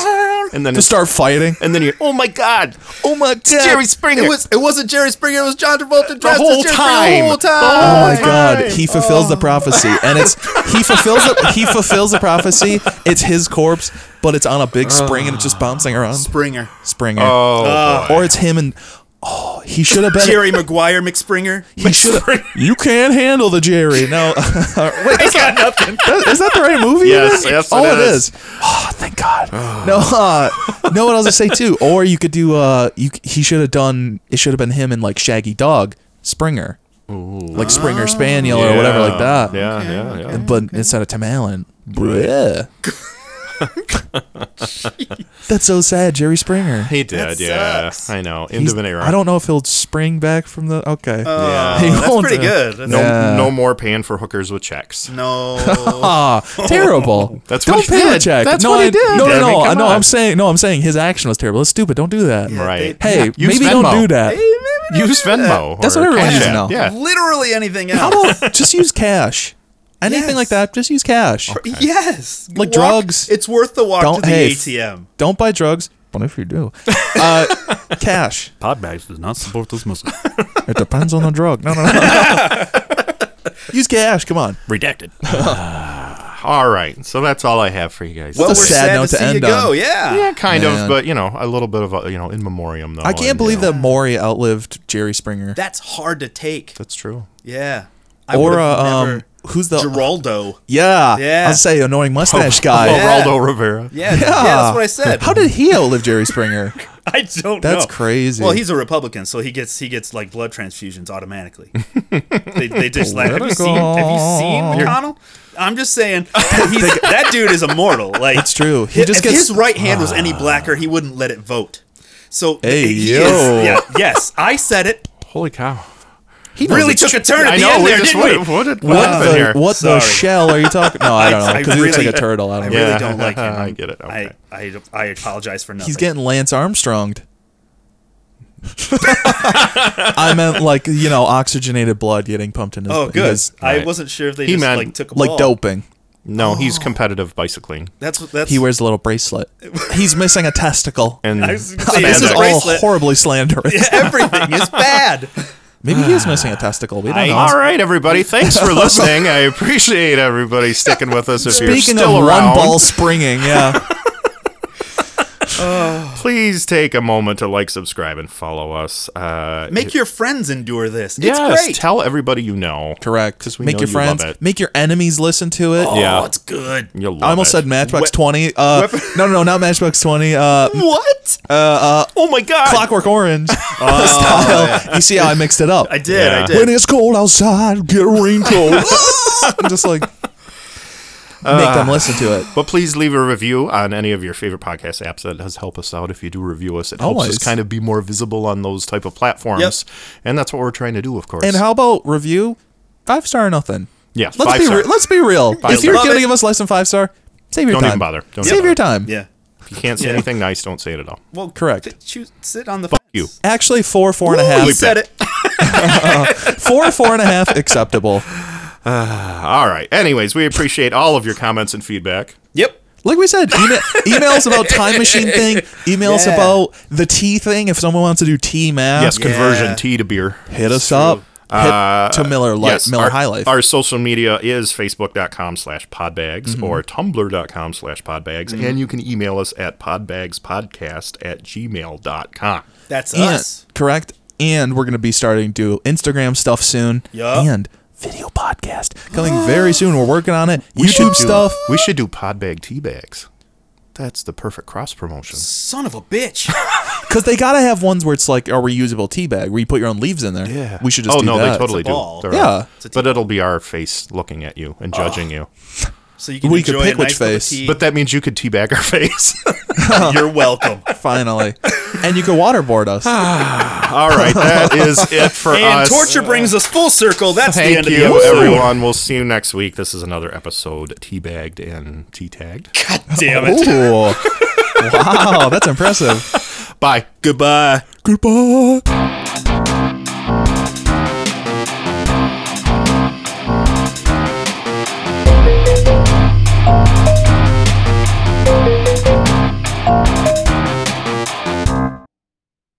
and then
to
his-
start fighting.
and then you, oh my god,
Oh my god!
Springer.
It was. It wasn't Jerry Springer. It was John Travolta. dressed as
whole
Jerry Springer
time.
The whole
The
time.
Oh my God! He fulfills
Oh.
the prophecy, and it's he fulfills the he fulfills the prophecy. It's his corpse, but it's on a big spring, and it's just bouncing around.
Springer.
Springer,
Oh,
or it's him and oh, he should have been.
Jerry Maguire McSpringer.
He should have. You can't handle the Jerry. No, wait, that's not nothing. Is that the right movie?
Yes, yes,
oh,
it
it
is.
is. Oh, thank God. No, uh, no. What I was gonna say too, or you could do. Uh, you he should have done. It should have been him and like Shaggy Dog Springer, like Springer Spaniel or whatever like that.
Yeah, yeah, yeah.
But instead of Tim Allen, bruh. That's so sad, Jerry Springer.
He did, yeah.
sucks.
I know. End
He's-
of an era.
I don't know if he'll spring back from the. Okay.
Yeah.
He
Oh, That's
won't,
pretty
uh,
good. That's-
no,
Yeah.
no more paying for hookers with checks.
No.
Ah, terrible.
That's
don't
what he
pay
did.
the check.
That's
no,
what he
I-
did.
No,
I
no, no.
mean,
I
come
no,
on.
I'm saying no. I'm saying his action was terrible. It's stupid. Don't do that.
Right.
Hey,
Use
maybe
Venmo.
don't do that.
Use Venmo.
That's
or
what everyone
Cash
uses
App.
now.
Yeah.
Literally anything else.
How about just use cash? Anything
Yes.
like that, just use cash.
Yes.
Like
Walk-
drugs.
It's worth the walk
Don't-
to the
hey, f-
ATM.
Don't buy drugs. But if you do, uh, cash.
Podbags does not support this muscle.
It depends on the drug. No, no, no. use cash. Come on.
Redacted.
All right. So that's all I have for you guys.
Well,
a
we're
sad
sad,
note
to
to
see you
end
go.
on.
Yeah.
yeah, kind
Man.
of, but you know, a little bit of a, you know, in memoriam though.
I can't
and,
believe
you know,
that Maury outlived Jerry Springer.
That's hard to take.
That's true.
Yeah. I
or
would've
uh, um,
never-
who's the
Geraldo.
yeah?
Yeah.
I'll say annoying mustache guy. Ah.
Oh,
yeah.
Geraldo Rivera.
Yeah, yeah. That's what I said.
How did he outlive Jerry Springer?
I don't
That's
know.
crazy.
Well, he's a Republican, so he gets he gets like blood transfusions automatically. they, they just like have you seen have you seen McConnell? I'm just saying he's, that dude is immortal. Like
It's true. He just
if
gets- Ah.
his right hand was any blacker, he wouldn't let it vote. So
Hey,
he
yo.
Is, yeah, yes, I said it.
Holy cow.
he knows
Really
it.
took a turn at
I
the
know.
end
We
there,
just
didn't
what,
we?
what did what
What
happened
the
here?
what the
Sorry.
shell are you talking? No, I don't know
I
because he looks like
really-
a turtle. I
I
don't know.
really
Yeah.
don't like him.
I get it. Okay.
I, I I apologize for nothing.
He's getting Lance Armstronged. I meant like you know oxygenated blood getting pumped in his.
oh
in
good.
his-
I
Right.
wasn't sure if they
He
just
meant-
like took a
like
ball.
doping.
no, he's competitive bicycling.
That's what that's
He wears a little bracelet. He's missing a testicle.
And
I was gonna
I
say,
mean, this is
a
all
bracelet.
horribly slanderous.
Everything is bad.
Maybe he is missing a testicle. We don't know.
all right, everybody. Thanks for listening. I appreciate everybody sticking with us. If you're
Speaking
still
of
around,
one ball springing, yeah.
please take a moment to like, subscribe, and follow us. Uh,
Make your friends endure this. It's
yes,
great.
tell everybody you know.
Correct.
'Cause we
Make
know
your
you love
friends,
it.
make your enemies listen to it.
yeah,
Oh, it's good.
you'll love
I almost
it.
said Matchbox 20. Uh, no, no, no, not Matchbox 20. Uh,
What?
Oh my god!
Clockwork Orange
Oh,
style. You see how I mixed it up?
I did.
Yeah.
I
When
did.
it's cold outside, get a raincoat. I'm just like, make
Ah.
them listen to it.
But please leave a review on any of your favorite podcast apps. That does help us out if you do review us. It helps
Always.
us kind of be more visible on those type of platforms,
Yep.
and that's what we're trying to do, of course.
And how about review? Five star or nothing.
Yeah,
Let's
five
be
star.
re- let's be real. if you're
star.
gonna
Love it.
give us less than five star, save your
Don't
time.
even bother. Don't
save
even
your
bother.
time.
Yeah.
if you can't say
Yeah.
anything nice, don't say it at all.
Well,
Correct.
th- choose, sit on the.
you.
Actually, four, four and a half.
He said it.
four, four and a half acceptable.
All right. Anyways, we appreciate all of your comments and feedback.
Yep.
Like we said, email, emails about time machine thing, emails
Yeah.
about the tea thing. If someone wants to do tea math,
Yes, conversion
Yeah.
tea to beer.
hit us up.
Uh,
to Miller Lite, Miller
our,
High Life.
Our social media is facebook.com slash podbags or tumblr.com slash podbags. And you can email us at podbagspodcast at gmail.com.
That's
and,
us.
correct. And we're gonna be starting to do Instagram stuff soon.
Yup.
And video podcast coming very soon. We're working on it. YouTube
do-
stuff.
We should do podbag tea bags. That's the perfect cross promotion.
Son of a bitch.
Because they gotta have ones where it's like a reusable tea bag where you put your own leaves in there.
Yeah.
We should just
Oh
do
no,
that.
they totally
It's a ball.
do. They're
Yeah.
right. but it'll be our face looking at you and judging you.
So you can
We could
enjoy
pick
a
which
nice cup of
face.
tea.
But that means you could teabag our face.
you're welcome.
Finally. and you could waterboard us.
Ah, All right, that is it for
And
us.
torture brings us full circle. That's the
Thank
end of the
you,
episode.
everyone. We'll see you next week. This is another episode teabagged and tea tagged.
God damn it.
Ooh. wow, that's impressive.
Bye.
Goodbye.
Goodbye.